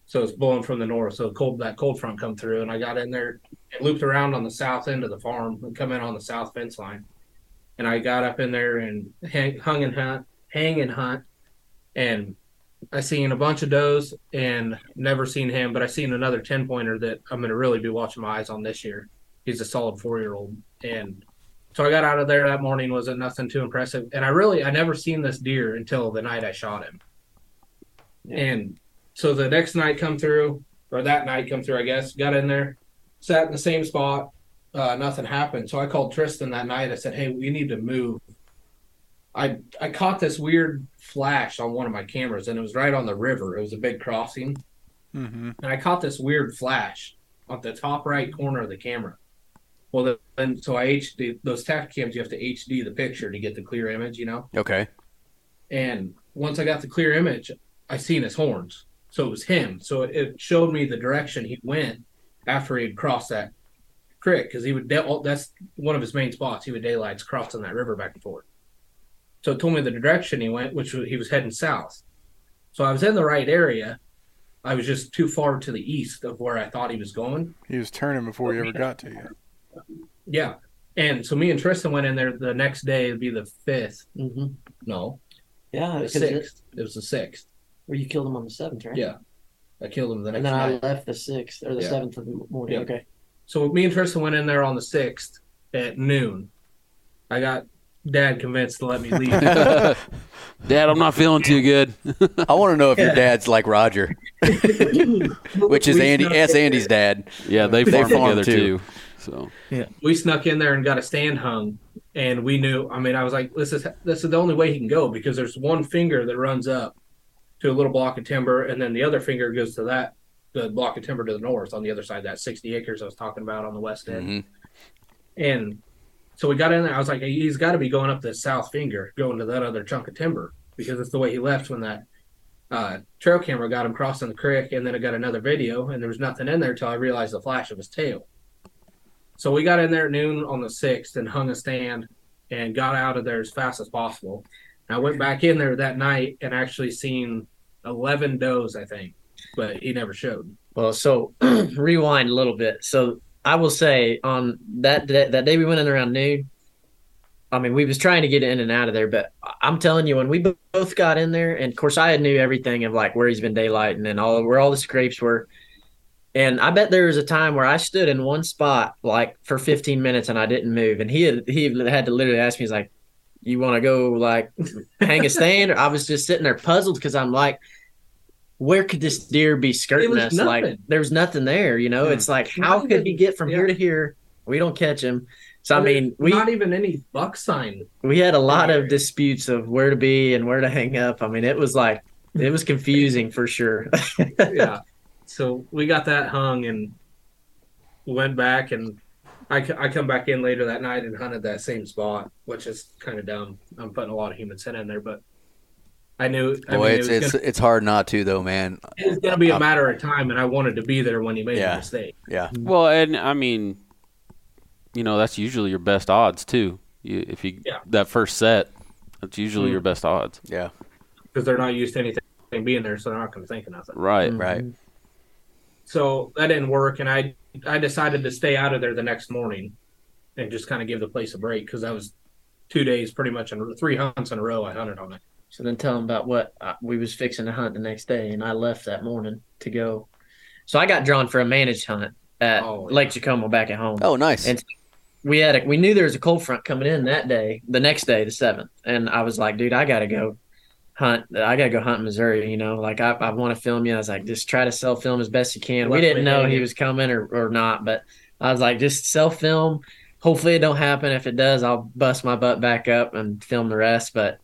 S6: So it's blowing from the north. So cold that cold front come through, and I got in there and looped around on the south end of the farm and come in on the south fence line. And I got up in there and hang, hung and hunt, hang and hunt, and I seen a bunch of does and never seen him, but I seen another ten pointer that I'm gonna really be watching my eyes on this year. He's a solid four year old, and so I got out of there that morning wasn't nothing too impressive, and I really I never seen this deer until the night I shot him, and so the next night come through or that night come through I guess got in there, sat in the same spot, uh, nothing happened. So I called Tristan that night. I said, hey, we need to move. I I caught this weird flash on one of my cameras, and it was right on the river. It was a big crossing,
S3: Mm-hmm.
S6: and I caught this weird flash on the top right corner of the camera. Well, the- then so I HD those tactic cams. You have to HD the picture to get the clear image, you know.
S4: Okay.
S6: And once I got the clear image, I seen his horns. So it was him. So it, it showed me the direction he went after he had crossed that creek because he would. da- That's one of his main spots. He would daylights crossing that river back and forth. So it told me the direction he went, which was, he was heading south. So I was in the right area. I was just too far to the east of where I thought he was going.
S3: He was turning before he ever got to you.
S6: Yeah. And so me and Tristan went in there the next day. It'd be the fifth.
S5: Mm-hmm.
S6: No,
S5: Yeah,
S6: the
S5: because Uh, it,
S6: sixth. It was the sixth.
S5: where you killed him on the seventh, right?
S6: Yeah. I killed him the next
S5: And then
S6: night.
S5: I left the sixth or the
S6: Yeah.
S5: seventh of the morning.
S6: Yeah.
S5: Okay.
S6: So me and Tristan went in there on the sixth at noon. I got dad convinced to let me leave.
S2: Dad, I'm not feeling too good.
S4: I want to know if your dad's like Roger, which is
S6: We
S4: Andy.
S6: snuck
S4: That's
S6: in
S4: Andy's dad.
S2: Yeah, they
S4: They
S2: farm
S4: farm
S2: together
S4: too.
S2: too. So
S6: there- We snuck in there and got a stand hung, and we knew. I mean, I was like, this is this is the only way he can go because there's one finger that runs up to a little block of timber, and then the other finger goes to that the block of timber to the north on the other side, that 60 acres I was talking about on the west end.
S4: hmm
S6: And so we got in there. I was like, he's got to be going up the south finger, going to that other chunk of timber because it's the way he left when that uh, trail camera got him crossing the creek. And then I got another video, and there was nothing in there till I realized the flash of his tail. So we got in there at noon on the 6th and hung a stand and got out of there as fast as possible. And I went back in there that night and actually seen 11 does, I think, but he never showed.
S5: Well, so rewind a little bit. So I will say on that that, that day we went in around noon. I mean, we was trying to get in and out of there, but I- I'm telling you, when we bo- both got in there, and of course I had knew everything of like where he's been daylighting and all where all the scrapes were, and I bet there was a time where I stood in one spot like for 15 minutes and I didn't move, and he had he had to literally ask me, he's like, "You want to go like hang a stand?" Or I was just sitting there puzzled because I'm like where could this deer be
S6: It
S5: skirting
S6: was
S5: us? Like
S6: nothing.
S5: there's nothing there, you know.
S3: Hmm.
S5: It's like
S6: Not
S5: how could
S6: even-
S5: he get from
S6: yeah.
S5: here to here? We don't catch him. So I
S6: There's
S5: mean, we
S6: not even any buck sign.
S5: we had a lot
S6: area.
S5: of disputes of where to be and where to hang up. I mean, it was like it was confusing for sure.
S6: yeah. So we got that hung and went back and I, c- I come back in later that night and hunted that same spot, which is kind of dumb. I'm putting a lot of human sin in there, but I knew I
S4: Boy,
S6: mean,
S4: it's
S6: it, was
S4: it's it's hard not to though, man.
S6: gonna, it was gonna be a
S4: I'm-
S6: matter of time, and I wanted to be there when he made
S4: Yeah.
S6: the mistake.
S4: Yeah.
S2: well, and I mean, you know, that's usually your best odds too. You, if you
S6: Yeah.
S2: that first set, that's
S4: Mm.
S2: usually your best odds.
S4: Yeah.
S6: because they're not used to anything being there, so they're not going to think of nothing.
S2: Right.
S4: Right.
S6: So that didn't work, and I I decided to stay out of there the next morning and just kind of give the place a break because I was two days pretty much in three hunts in a row I hunted on it.
S5: So then tell him about what uh, we was fixing to hunt the next day, and I left that morning to go. So I got drawn for a managed hunt at
S6: Oh, yeah.
S5: Lake Tacoma back at home.
S4: Oh, nice.
S5: And- we had a, we knew there was a cold front coming in that day, the next day, the seventh, and I was like, dude, I gotta go hunt. I gotta go hunt in Missouri. You know, like I, I want to film you. I was like, just try to self film as best you can. we
S6: Left
S5: didn't
S6: me
S5: know he
S6: hanging.
S5: was coming or or not, but I was like, just self film. Hopefully it don't happen. If it does, I'll bust my butt back up and film the rest. But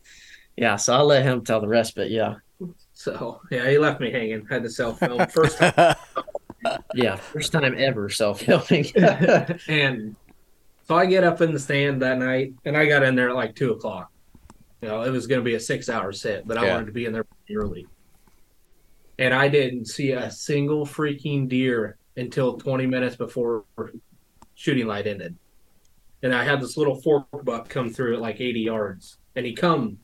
S5: yeah, so I'll let him tell the rest. But yeah,
S6: So yeah, he left me hanging. Had to self film first time,
S5: yeah, first time ever self filming.
S6: and so I get up in the stand that night, and I got in there at like two o'clock. You know, it was going to be a six hour sit, but I
S4: Yeah.
S6: wanted to be in there pretty early. And I didn't see a single freaking deer until twenty minutes before shooting light ended. And I had this little fork buck come through at like eighty yards, and he come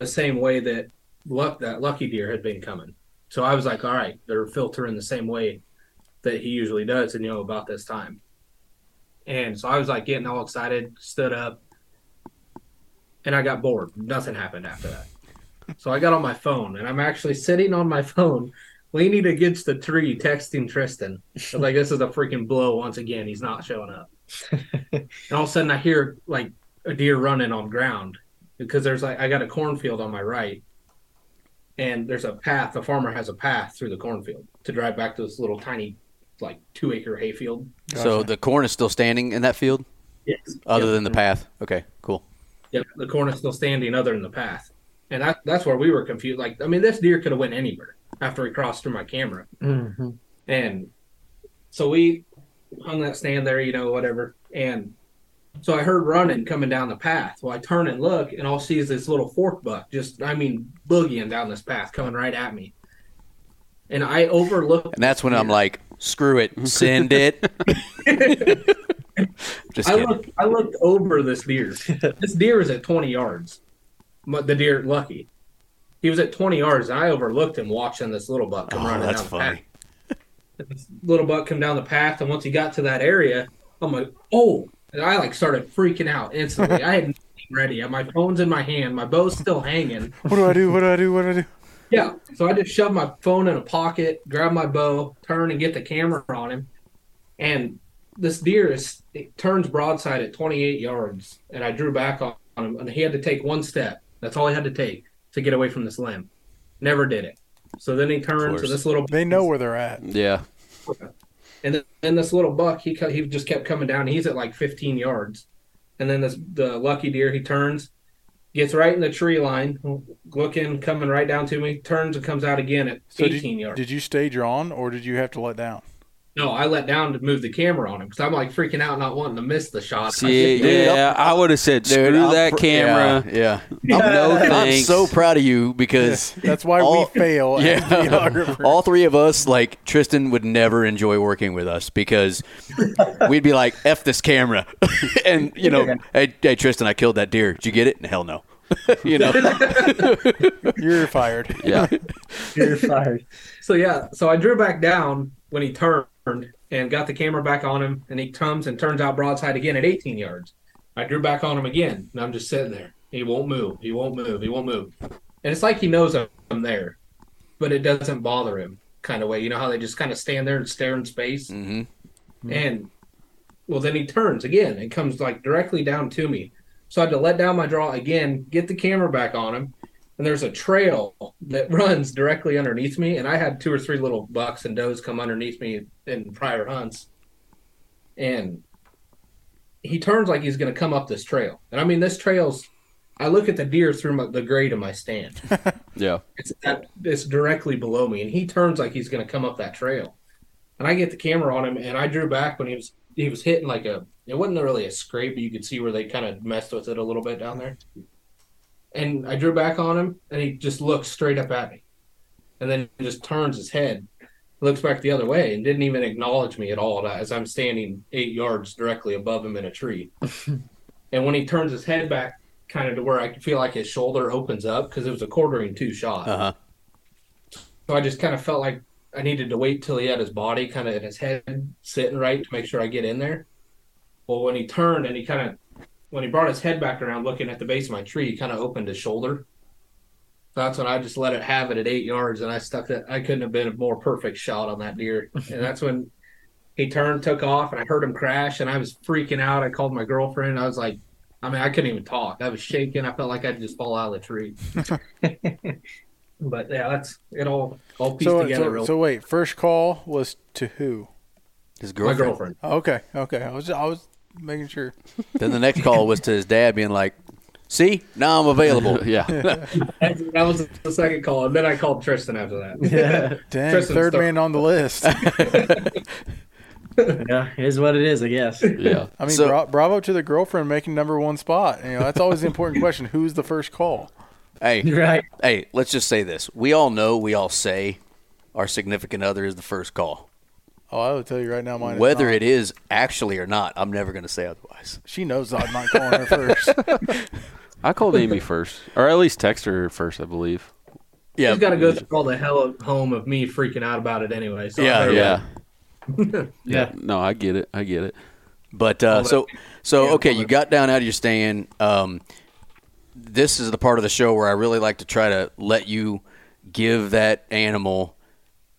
S6: the same way that luck that lucky deer had been coming. So I was like, all right, they're filtering the same way that he usually does, and you know about this time. And so I was like getting all excited, stood up, and I got bored. Nothing happened after that. So I got on my phone, and I'm actually sitting on my phone, leaning against the tree, texting Tristan. I was like, this is a freaking blow once again. He's not showing up. and all of a sudden, I hear like a deer running on ground because there's like I got a cornfield on my right, and there's a path. The farmer has a path through the cornfield to drive back to this little tiny, like two acre hayfield.
S4: so the corn is still standing in that field,
S6: Yes.
S4: other than the path. Okay. Cool.
S6: Yep, the corner's still standing, other than the path, and that, that's where we were confused. Like, I mean, this deer could have went anywhere after he crossed through my camera,
S7: Mm-hmm.
S6: and so we hung that stand there, you know, whatever, and so I heard running coming down the path. Well, I turn and look, and all I see is this little fork buck, just I mean, boogieing down this path, coming right at me, and I overlooked.
S4: And that's when I'm like, screw it, send it. Just
S6: I
S4: kidding.
S6: looked, I looked over this deer. this deer was at 20 yards. But the deer, Lucky, he was at 20 yards, and I overlooked him watching this little buck come
S4: Oh,
S6: running
S4: that's
S6: down
S4: funny.
S6: the path. This little buck come down the path, and once he got to that area, I'm like, oh, and I like started freaking out instantly. I had nothing ready. My phone's in my hand. My bow's still hanging.
S3: What do I do? What do I do? What do I do?
S6: Yeah. So I just shoved my phone in a pocket, grab my bow, turn and get the camera on him. And this deer is it turns broadside at 28 yards, and I drew back on him, and he had to take one step. That's all he had to take to get away from this limb. Never did it. So then he turns,
S4: course.
S6: and this little
S3: They know where they're at.
S2: Yeah.
S6: and then, then this little buck, he co- he just kept coming down. He's at like 15 yards, and then this the lucky deer, he turns, gets right in the tree line, looking, coming right down to me. Turns and comes out again at
S3: So
S6: 18
S3: did,
S6: yards.
S3: did you stay drawn or did you have to let down?
S6: No, I let down to move the camera on him because I'm like freaking out, not wanting to miss the shot.
S2: See,
S6: I did-
S2: yeah, I would have said,
S4: Dude,
S2: screw
S4: I'm
S2: that
S4: pr-
S2: camera.
S4: Yeah. yeah.
S2: I'm no
S4: I'm
S2: thanks.
S4: so proud of you because
S3: That's why
S4: All-
S3: we fail. as
S4: yeah,
S3: videographers.
S4: all three of us, like Tristan, would never enjoy working with us because we'd be like, "F this camera," and you know, hey, hey, Tristan, I killed that deer. Did you get it? Hell no. you know,
S3: You're fired.
S2: yeah.
S7: You're fired.
S6: So yeah, so I drew back down when he turned and got the camera back on him, and he comes and turns out broadside again at 18 yards. I drew back on him again, and I'm just sitting there. He won't move. He won't move. He won't move. And it's like he knows I'm there, but it doesn't bother him kind of way. You know how they just kind of stand there and stare in space.
S4: Mhm.
S6: And well, then he turns again and comes like directly down to me. So I had to let down my draw again, get the camera back on him, and there's a trail that runs directly underneath me. And I had two or three little bucks and does come underneath me in prior hunts. And he turns like he's going to come up this trail. And I mean, this trail's, I look at the deer through my, the grade of my stand
S2: Yeah.
S6: it's that it's directly below me, and he turns like he's going to come up that trail. And I get the camera on him, and I drew back when he was he was hitting like a it wasn't really a scrape, but you could see where they kind of messed with it a little bit down there. And I drew back on him, and he just looked straight up at me, and then just turns his head, looks back the other way, and didn't even acknowledge me at all as I'm standing eight yards directly above him in a tree. and when he turns his head back, kind of to where I could feel like his shoulder opens up because it was a quartering two shot.
S4: Uh-huh.
S6: So I just kind of felt like I needed to wait till he had his body kind of in his head sitting right to make sure I get in there. Well, when he turned and he kind of, when he brought his head back around looking at the base of my tree, he kind of opened his shoulder. That's when I just let it have it at eight yards, and I stuck that. I couldn't have been a more perfect shot on that deer. And that's when he turned, took off, and I heard him crash, and I was freaking out. I called my girlfriend. I was like, I mean, I couldn't even talk. I was shaking. I felt like I'd just fall out of the tree. but yeah, that's it. All all pieced
S3: So,
S6: together.
S3: so,
S6: real
S3: so wait, first call was to who?
S4: his
S6: my
S4: girlfriend.
S6: girlfriend.
S3: Okay, okay. I was I was making sure.
S4: Then the next call was to his dad, being like, "See, now I'm available."
S2: Yeah.
S6: That that was the second call, and then I called Tristan after that.
S7: Yeah.
S3: Dang,
S6: Tristan's
S3: third
S6: third.
S3: man on the list. I
S7: yeah. It is what it is, I guess.
S2: Yeah.
S3: mean,
S4: So-
S3: bra- bravo to the girlfriend making number one spot. You know, that's always the important question. Who's the first call?
S4: Hey,
S7: Right.
S4: hey, let's just say this: we all know, we all say, our significant other is the first call.
S3: Oh, I will tell you right now, mine.
S4: Whether
S3: is
S4: it is actually or not, I'm never going to say otherwise.
S3: not. she knows I'm not calling her first.
S2: I called Amy first, or at least text her first, I believe.
S4: Yeah,
S6: He's got to go through all the hell at home of me freaking out about it anyway. So
S4: Yeah,
S6: I-
S2: Yeah.
S7: Yeah.
S2: No, I get it. I get it.
S4: But uh, so so
S6: yeah,
S4: okay,
S6: all
S4: you
S6: that-
S4: got down out of your stand. Um, this is the part of the show where I really like to try to let you give that animal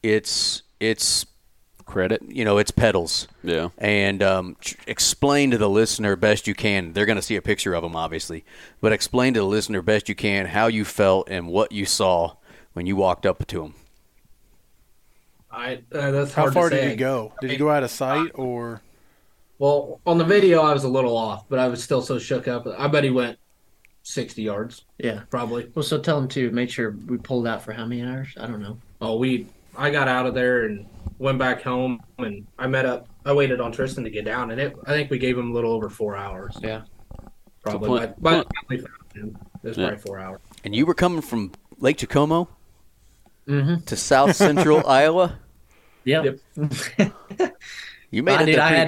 S4: its its
S2: Credit.
S4: you know its pedals
S2: Yeah.
S4: and um, tr- explain to the listener best you can. They're going to see a picture of them, obviously, but explain to the listener best you can how you felt and what you saw when you walked up to him.
S6: I, uh, that's
S3: How
S6: hard
S3: far
S6: to say.
S3: did you go? Did you go out of sight or?
S6: Well, on the video, I was a little off, but I was still so shook up. I bet he went 60 yards,
S5: Yeah.
S6: probably.
S5: Well, so tell them to make sure we pulled out for how many hours? I don't know.
S6: Oh, we, I got out of there and went back home, and I met up. I waited on Tristan to get down, and it. I think we gave him a little over four hours.
S5: Yeah.
S6: probably.
S2: So pl-
S6: but but we found him. it was
S2: Yeah.
S6: probably four hours.
S4: And you were coming from Lake Tacomo
S5: Mm-hmm.
S4: to South Central Iowa.
S5: Yeah.
S6: Yep.
S4: You made
S5: Ah,
S4: it
S5: dude,
S4: there
S5: I
S4: pretty
S5: had-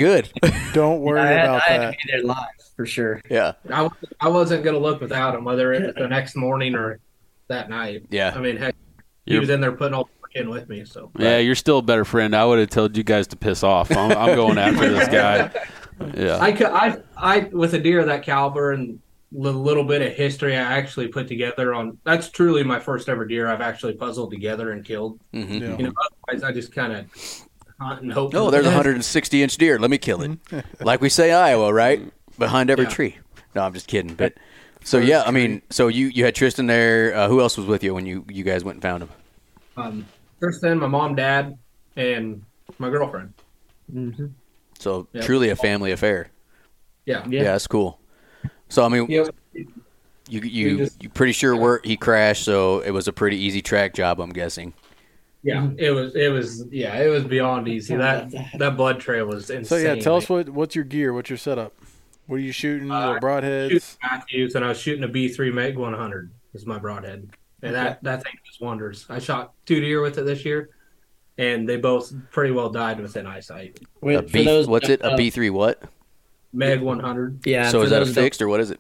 S4: good.
S8: Don't worry
S5: I had,
S8: about
S5: I had
S8: that.
S5: to be there live for sure.
S4: yeah,
S6: I, was- I wasn't gonna look without him, whether it was the next morning or that night. I
S4: yeah.
S6: mean, heck, he
S2: You're-
S6: was in there putting all the work in with me. So
S2: Yeah, you're still a better friend. I would have told you guys to piss off. I'm, I'm going after this guy. Yeah.
S6: I could, I, I, with a deer of that caliber and the little bit of history I actually put together on, that's truly my first ever deer I've actually puzzled together and killed.
S4: hmm
S8: Yeah.
S6: You know, otherwise I just kind of hunt and hope.
S4: Oh, there's a 160 inch deer. Let me kill it. like we say, Iowa, right? Behind every
S6: Yeah.
S4: tree. No, I'm just kidding. But so yeah, I mean, so you you had Tristan there. Uh, who else was with you when you you guys went and found him?
S6: Um, first then my mom, dad, and my girlfriend.
S5: Mm-hmm.
S4: So
S6: Yeah.
S4: truly a family affair.
S6: Yeah.
S4: Yeah.
S5: Yeah.
S4: that's cool. So I mean,
S6: Yeah.
S4: you you
S6: just-
S4: you pretty sure where he crashed, so it was a pretty easy track job, I'm guessing.
S6: Yeah. It was, it was, yeah, it was beyond easy. That, that blood trail was insane.
S8: So yeah, tell us what what's your gear? What's your setup? What are you shooting?
S6: Uh,
S8: the
S6: shooting
S8: broadheads.
S6: Matthews, and I was shooting a B3 Meg 100 is my broadhead, and that that thing does wonders. I shot two deer with it this year, and they both pretty well died within eyesight.
S4: A
S5: Wait, for
S4: B,
S5: those-
S4: what's it? A
S5: uh,
S4: B three what?
S6: Meg 100.
S5: Yeah.
S4: So
S5: for
S4: is that a
S5: those that-
S4: fixed or what is it?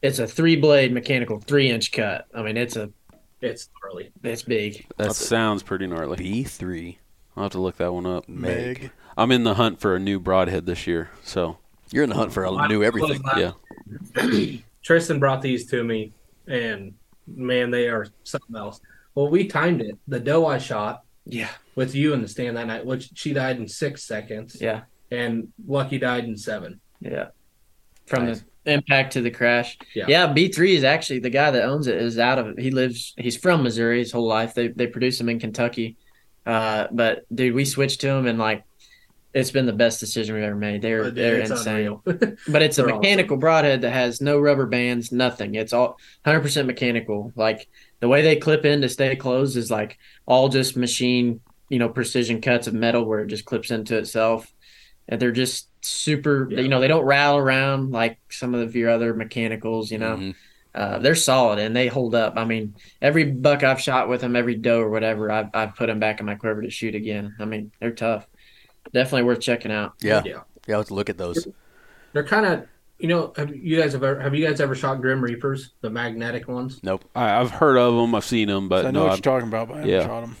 S5: It's a three blade mechanical three inch cut. I mean, it's a
S6: It's gnarly.
S5: it's big.
S2: That sounds pretty gnarly.
S4: B three.
S2: I'll have to look that one up.
S8: Meg.
S2: I'm in the hunt for a new broadhead this year. So,
S4: You're in the hunt for a new everything.
S6: Close
S2: yeah.
S6: Tristan brought these to me, and man, they are something else. Well, we timed it. The doe I shot
S5: Yeah.
S6: with you in the stand that night, which she died in six seconds,
S5: Yeah.
S6: and Lucky died in seven.
S5: Yeah. From the impact to the crash.
S6: Yeah.
S5: B three is actually the guy that owns it is out of he lives he's from Missouri his whole life. They they produce him in Kentucky. Uh but dude, we switched to him and like it's been the best decision we've ever made. They're
S6: But
S5: they're
S6: it's
S5: insane.
S6: unreal.
S5: But it's a
S6: They're awesome.
S5: mechanical broadhead that has no rubber bands, nothing. It's all 100% mechanical. Like the way they clip in to stay closed is like all just machine, you know, precision cuts of metal where it just clips into itself. And they're just super,
S6: Yeah.
S5: you know, they don't rattle around like some of your other mechanicals, you know.
S6: Mm-hmm.
S4: Mhm.
S5: Uh, they're solid and they hold up. I mean, every buck I've shot with them, every doe or whatever, I've, I've put them back in my quiver to shoot again. I mean, they're tough. Definitely worth checking out.
S4: Yeah.
S6: Yeah.
S4: Yeah, let's look at those.
S6: They're kind of, you know, have you guys ever have you guys ever shot Grim Reapers, the magnetic ones?
S2: I, I've heard of them. I've seen them, but
S8: I know
S2: no,
S8: what
S2: I've,
S8: you're talking about, but I haven't
S2: yeah.
S8: shot 'em.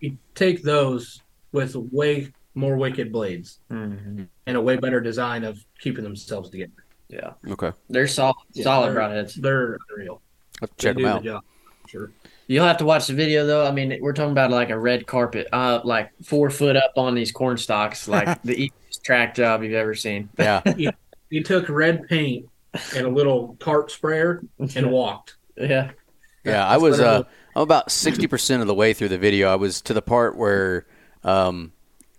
S6: You take those with way more wicked blades and a way better design of keeping themselves together.
S5: Yeah.
S2: okay.
S5: They're solid,
S6: Yeah,
S5: solid
S6: they're-
S5: broadheads.
S6: They're unreal.
S4: Let's
S6: They
S4: check
S6: do
S4: them
S6: the
S4: out.
S6: job. Sure.
S5: You'll have to watch the video though. I mean, we're talking about like a red carpet, uh, like four foot up on these corn stalks, like the easiest track job you've ever seen.
S4: Yeah.
S6: You took red paint and a little cart sprayer and walked.
S5: Yeah,
S4: Yeah, I
S6: That's
S4: was.
S6: what I
S4: Uh,
S6: look-
S4: I'm about sixty percent of the way through the video. I was to the part where um,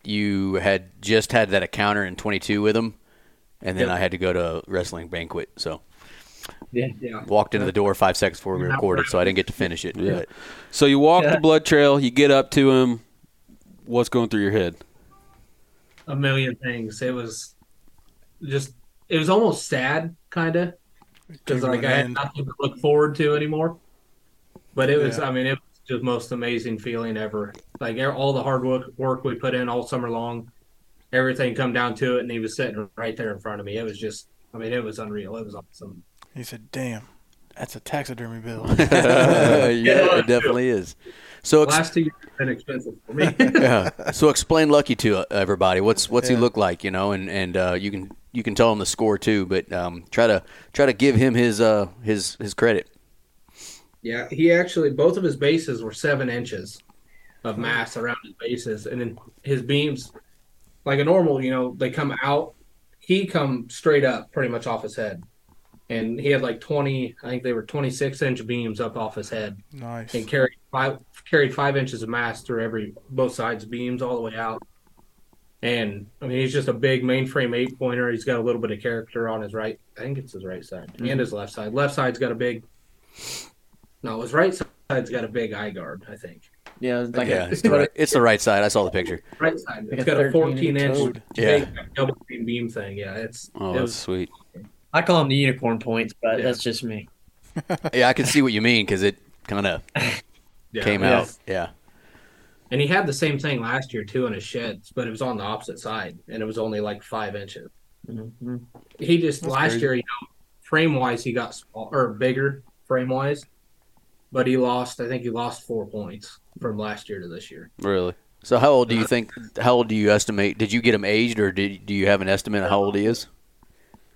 S4: you had just had that encounter in 22 with him, and then
S6: Yep.
S4: I had to go to wrestling banquet. So
S6: Yeah.
S4: walked into the door five seconds before we
S6: You're not
S4: recorded, so I didn't get to finish it.
S2: Yeah.
S4: But
S2: So you walk
S5: Yeah.
S2: the blood trail, you get up to him. What's going through your head?
S6: A million things. It was just it was almost sad kinda. Because
S8: Came
S6: like
S8: to
S6: I
S8: an
S6: had
S8: end.
S6: nothing to look forward to anymore. But it was
S8: Yeah.
S6: I mean, it was just most amazing feeling ever. Like e, all the hard work work we put in all summer long, everything come down to it and he was sitting right there in front of me. It was just I mean, it was unreal. It was awesome.
S8: He said, "Damn, that's a taxidermy bill."
S4: yeah, it definitely is. So ex-
S6: Last two years have been expensive for me.
S4: yeah. so explain Lucky to uh, everybody. What's what's
S8: Yeah.
S4: he look like? You know, and and uh, you can you can tell him the score too, but um, try to try to give him his uh his his credit.
S6: Yeah, he actually both of his bases were seven inches of mass around his bases, and then his beams, like a normal, you know, they come out. He come straight up, pretty much off his head, and he had like twenty. I think they were twenty six inch beams up off his head,
S8: nice.
S6: and carried five carried five inches of mass through every both sides beams all the way out. And I mean, he's just a big mainframe eight pointer. He's got a little bit of character on his right. I think it's his right side and his left side. Left side's got a big. No, his right side's got a big eye guard. I think
S5: Yeah, it's like
S4: yeah,
S5: a,
S4: it's the right. It's the right side. I saw the picture.
S6: right side. It's
S5: Like a
S6: got
S5: 13
S6: a 14
S5: inch
S6: inch
S5: toad.
S4: Yeah.
S6: big double green beam thing. Yeah, it's
S2: Oh,
S6: it
S2: that's
S6: was
S2: sweet.
S5: I call them the unicorn points, but
S6: Yeah.
S5: that's just me.
S4: Yeah, I can see what you mean because it kind of
S6: yeah,
S4: came
S6: it was-
S4: out. Yeah.
S6: And he had the same thing last year too in his sheds, but it was on the opposite side, and it was only like five inches.
S5: hmm
S6: He just last
S8: crazy.
S6: year, you know, frame wise, he got small or bigger frame wise, but he lost. I think he lost four points from last year to this year.
S2: Really?
S4: So how old do you think? How old do you estimate? Did you get him aged, or did do you have an estimate of how old he is?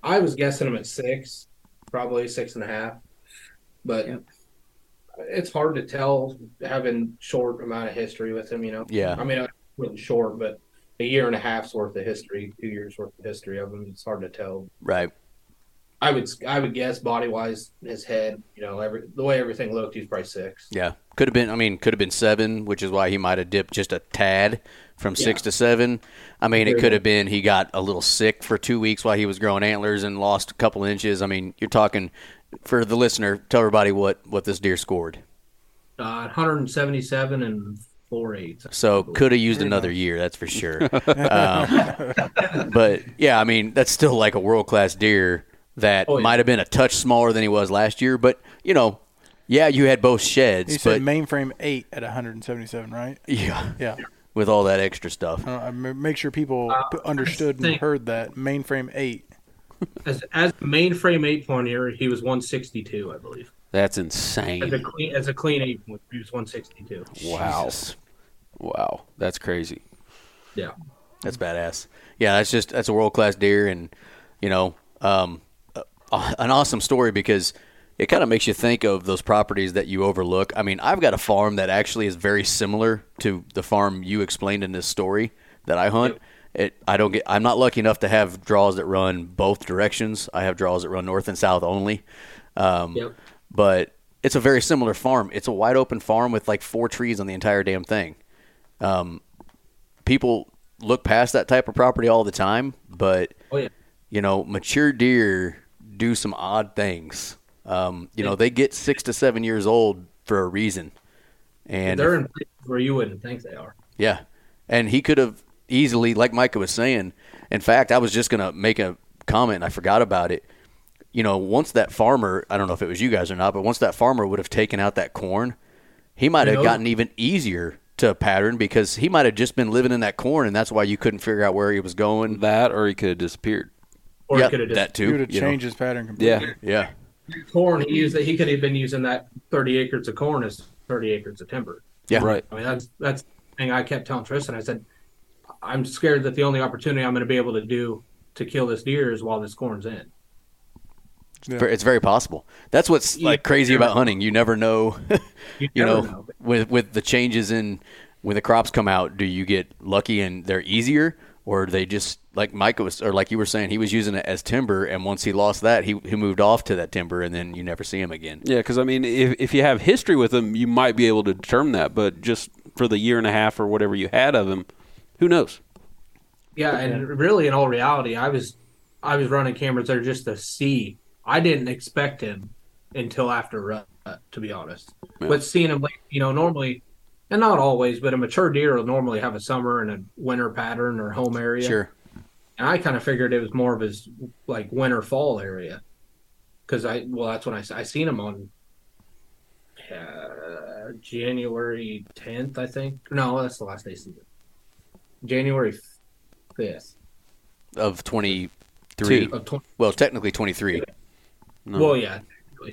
S6: I was guessing him at six, probably six and a half, but
S5: Yep.
S6: it's hard to tell having short amount of history with him. You know,
S4: Yeah.
S6: I mean, not really short, but a year and a half's worth of history, two years worth of history of him. It's hard to tell.
S4: Right.
S6: I would I would guess body wise, his head, you know, every the way everything looked, he's probably six.
S4: Yeah. Could have been. I mean, could have been seven, which is why he might have dipped just a tad from six to seven. I mean, it
S6: Very
S4: could have been he got a little sick for two weeks while he was growing antlers and lost a couple inches. I mean, you're talking for the listener. Tell everybody what what this deer scored.
S6: Uh, 177 and four eighths.
S4: So could have used another year, that's for sure. um, but yeah, I mean, that's still like a world class deer that
S6: Oh, yeah.
S4: might have been a touch smaller than he was last year. But you know, yeah, you had both sheds,
S8: You
S4: but
S8: said mainframe eight at 177, right?
S4: yeah,
S8: Yeah. Uh,
S4: with all that extra stuff.
S8: I don't, I ma- make sure people p- understood and
S6: think-
S8: heard that mainframe eight.
S6: As as mainframe eight pointer, he was 162, I believe.
S2: That's
S6: As a
S2: insane.
S6: clean as a clean eight pointer, he was 162.
S2: Wow.
S4: Jesus.
S2: Wow. That's crazy.
S6: Yeah.
S4: That's badass. Yeah, that's just that's a world class deer, and you know, um, a- an awesome story because it kind of makes you think of those properties that you overlook. I mean, I've got a farm that actually is very similar to the farm you explained in this story that I hunt. It, I don't get. I'm not lucky enough to have draws that run both directions. I have draws that run north and south only. Um,
S6: Yep.
S4: But it's a very similar farm. It's a wide open farm with like four trees on the entire damn thing Um, people look past that type of property all the time, but
S6: Oh yeah.
S4: you know, mature deer do some odd things. Um, you know, they get six to seven years old for a reason, and
S6: They're in places where you wouldn't think they are.
S4: yeah, and he could have easily, like Micah was saying. In fact, I was just gonna make a comment, and I forgot about it. You know, once that farmer, I don't know if it was you guys or not, but once that farmer would have taken out that corn, he might have
S6: Yeah.
S4: gotten even easier to pattern because he might have just been living in that corn, and that's why you couldn't figure out where he was going.
S2: That or he could have disappeared.
S6: Or
S4: Yeah,
S6: he could have
S4: that
S6: just
S4: too.
S8: He would have
S4: you know.
S8: changed his pattern completely.
S2: Yeah.
S4: Yeah,
S6: corn. He used that. He could have been using that 30 acres of corn as 30 acres of timber.
S4: yeah,
S2: Right.
S6: I mean, that's that's the thing I kept telling Tristan. I said, I'm scared that the only opportunity I'm going to be able to do to kill this deer is while this corn's in.
S8: Yeah.
S4: It's very possible. That's what's like crazy about hunting. You never know. you know,
S6: never know.
S4: with with the changes in when the crops come out, do you get lucky and they're easier, or they just like Mike was, or like you were saying, he was using it as timber, and once he lost that, he he moved off to that timber, and then you never see him again.
S2: Yeah, because I mean, if if you have history with him, you might be able to determine that. But just for the year and a half or whatever you had of him, who knows?
S6: Yeah, and really, in all reality, I was I was running cameras there just to see. I didn't expect him until after rut, to be honest.
S2: Yeah.
S6: But seeing him, like, you know, normally, and not always, but a mature deer will normally have a summer and a winter pattern or home area.
S4: Sure.
S6: and I kind of figured it was more of his like winter fall area because I well that's when I s- I seen him on uh, January 10th I think no that's the last day of season January 5th
S4: Of twenty three,
S6: of 20,
S4: well, technically twenty three,
S2: No.
S6: Oh, well yeah technically,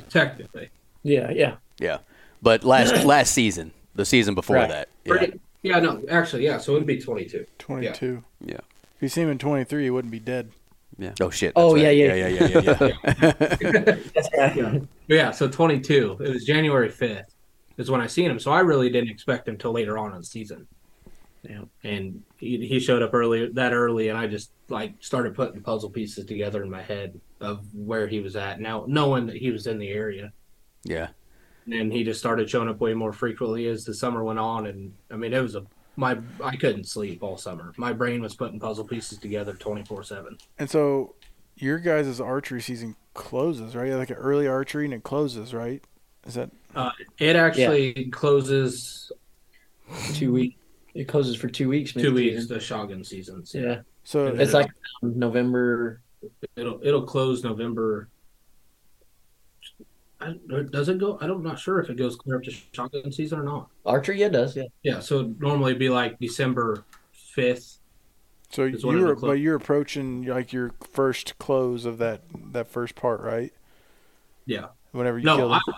S6: technically.
S5: Yeah, yeah.
S4: but last last season, the season before
S5: Right.
S4: that.
S6: Or
S4: Yeah.
S6: it- yeah no actually yeah so it'd be 22
S8: 22.
S2: Yeah.
S8: If you see him in 23, he wouldn't be dead.
S4: Oh shit.
S5: Oh,
S4: that's
S5: yeah,
S4: right. yeah,
S5: yeah.
S4: yeah, yeah, yeah.
S5: That's right.
S6: yeah so 22 it was January 5th is when I seen him so I really didn't expect him till later on in the season
S5: Yeah.
S6: and he, he showed up earlier that early and i just like started putting puzzle pieces together in my head of where he was at now knowing that he was in the area
S4: yeah.
S6: and then he just started showing up way more frequently as the summer went on and i mean it was a my I couldn't sleep all summer. My brain was putting puzzle pieces together twenty four seven.
S3: And so your guys' archery season closes, right? You have, Like an early archery and it closes, right? Is that
S6: It actually closes
S5: Two weeks. It closes for two weeks. maybe
S6: two weeks the Shogun season. So
S5: Yeah,
S3: so?
S6: And
S5: it's like um, November.
S6: it'll it'll close November. I, does it go? I'm not sure if it goes clear up to Shogun season or not.
S5: Archer, yeah, it does. Yeah.
S6: Yeah, so it'd normally be like December fifth.
S3: so
S6: it's
S3: you
S6: one of the
S3: were,
S6: clo-
S3: but you're approaching like your first close of that that first part, right?
S6: Yeah.
S3: Whenever you
S6: No,
S3: killed
S6: I,
S3: it.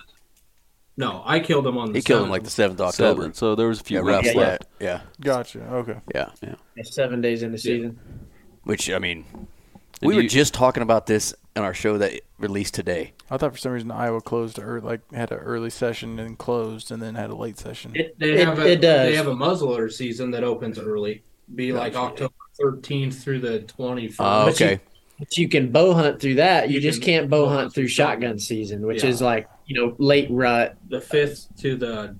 S6: no, I killed him on the.
S4: He killed him
S6: seventh.
S4: like the seventh of October.
S2: Seven. So there was a
S4: Yeah,
S2: few
S4: rough
S2: rounds
S5: yeah.
S2: left.
S4: Yeah.
S3: Gotcha. Okay.
S4: Yeah.
S5: It's Seven days in the season.
S4: Which I mean, we
S2: do
S4: were
S2: you-
S4: just talking about this in our show that released today.
S3: I thought for some reason Iowa closed ear like had an early session and closed, and then had a late session.
S6: It, they
S5: It-
S6: have a,
S5: it does.
S6: They have a muzzleloader season that opens early, be like October thirteenth through the twenty first.
S4: Uh,
S5: But you-
S4: okay.
S5: But you can bow hunt through that. You,
S6: You
S5: just
S6: can
S5: can't bow
S6: bow
S5: hunt
S6: hunt
S5: through
S6: through
S5: shotgun season, which
S6: Yeah.
S5: is like you know late rut.
S6: the fifth to the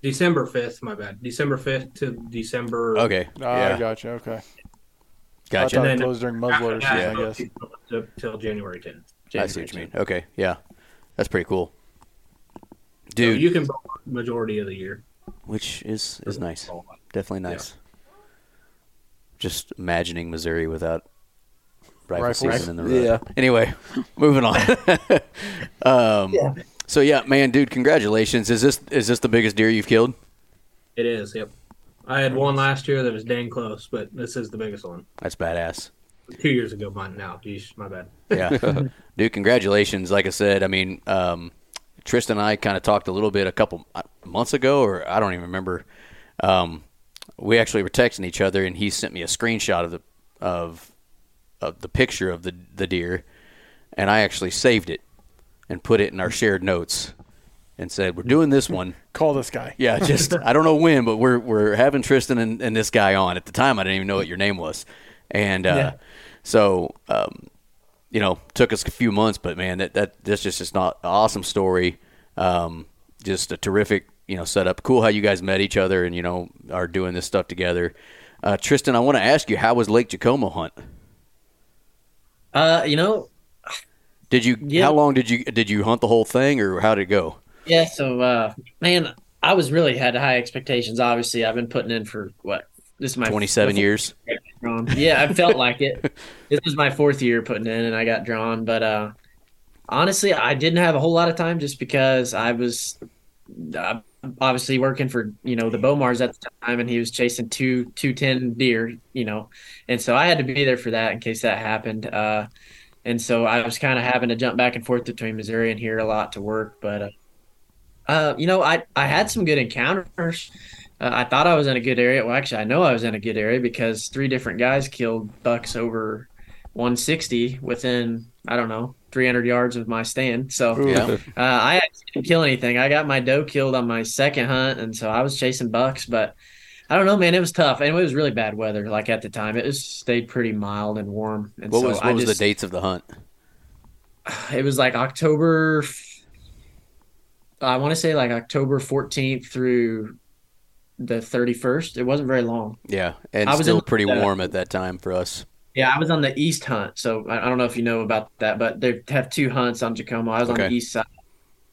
S6: December fifth. My bad. December fifth to December.
S4: Okay.
S3: Ah,
S4: yeah.
S3: gotcha. Okay. I
S4: Gotcha.
S3: thought
S6: And
S3: it
S6: then-
S3: closed during
S6: After
S3: muzzleloader
S6: that,
S3: season, I guess.
S6: till- till January tenth.
S4: I see what you mean. Okay. Yeah. That's pretty cool. Dude,
S6: you can bow hunt majority of the year.
S4: which is is nice.
S6: Bow hunt.
S4: Definitely nice. Just imagining Missouri without rifle,
S3: Rifles.
S4: season in the road. Anyway, moving on. um,
S5: Yeah.
S4: So yeah, man, dude, congratulations. Is this is this the biggest deer you've killed?
S6: It is. Yep. I had one last year that was dang close, but this is the biggest one.
S4: That's badass.
S6: Two years ago, mine now. Geez, my bad.
S4: Yeah. Dude, congratulations. Like I said, I mean, um, Tristan and I kind of talked a little bit a couple uh, months ago, or I don't even remember. Um, we actually were texting each other, and he sent me a screenshot of the of of the picture of the the deer, and I actually saved it and put it in our shared notes, and said, "We're doing this one."
S3: Call this guy.
S4: Yeah, just I don't know when, but we're we're having Tristan and, and this guy on. At the time, I didn't even know what your name was, and uh, so um, you know, took us a few months, but man, that that that's just just not an awesome story. Um, just a terrific you know setup. Cool how you guys met each other and you know are doing this stuff together. Uh, Tristan, I want to ask you, how was Lake Jacomo hunt?
S5: Uh, you know,
S4: Did you?
S5: Yeah.
S4: How long did you did you hunt the whole thing, or how did it go?
S5: Yeah, so uh man, I was really had high expectations. Obviously, I've been putting in for what this is my
S4: Twenty seven
S5: my
S4: years.
S5: fourth drawn. Yeah, I felt like it. This was my fourth year putting in, and I got drawn. But uh honestly, I didn't have a whole lot of time just because I was uh, obviously working for you know the Bomars at the time, and he was chasing two two ten deer, you know, and so I had to be there for that in case that happened. Uh, and so I was kind of having to jump back and forth between Missouri and here a lot to work, but. Uh, uh, you know, I, I had some good encounters. Uh, I thought I was in a good area. Well, actually, I know I was in a good area because three different guys killed bucks over 160 within, I don't know, 300 yards of my stand. So
S3: Ooh.
S4: Yeah.
S5: uh, I actually didn't kill anything. I got my doe killed on my second hunt, and so I was chasing bucks. But I don't know, man. It was tough, and it was really bad weather. Like at the time, it was stayed pretty mild and warm. And
S4: What
S5: so
S4: was what
S5: I
S4: was
S5: just,
S4: the dates of the hunt?
S5: It was like October. f- I want to say like October 14th through the 31st. It wasn't very long.
S4: Yeah, and
S5: I was
S4: still
S5: in-
S4: pretty
S5: uh,
S4: warm at that time for us.
S5: Yeah, I was on the east hunt, so I I don't know if you know about that, but they have two hunts on Tacoma. I was on
S4: Okay.
S5: the east side,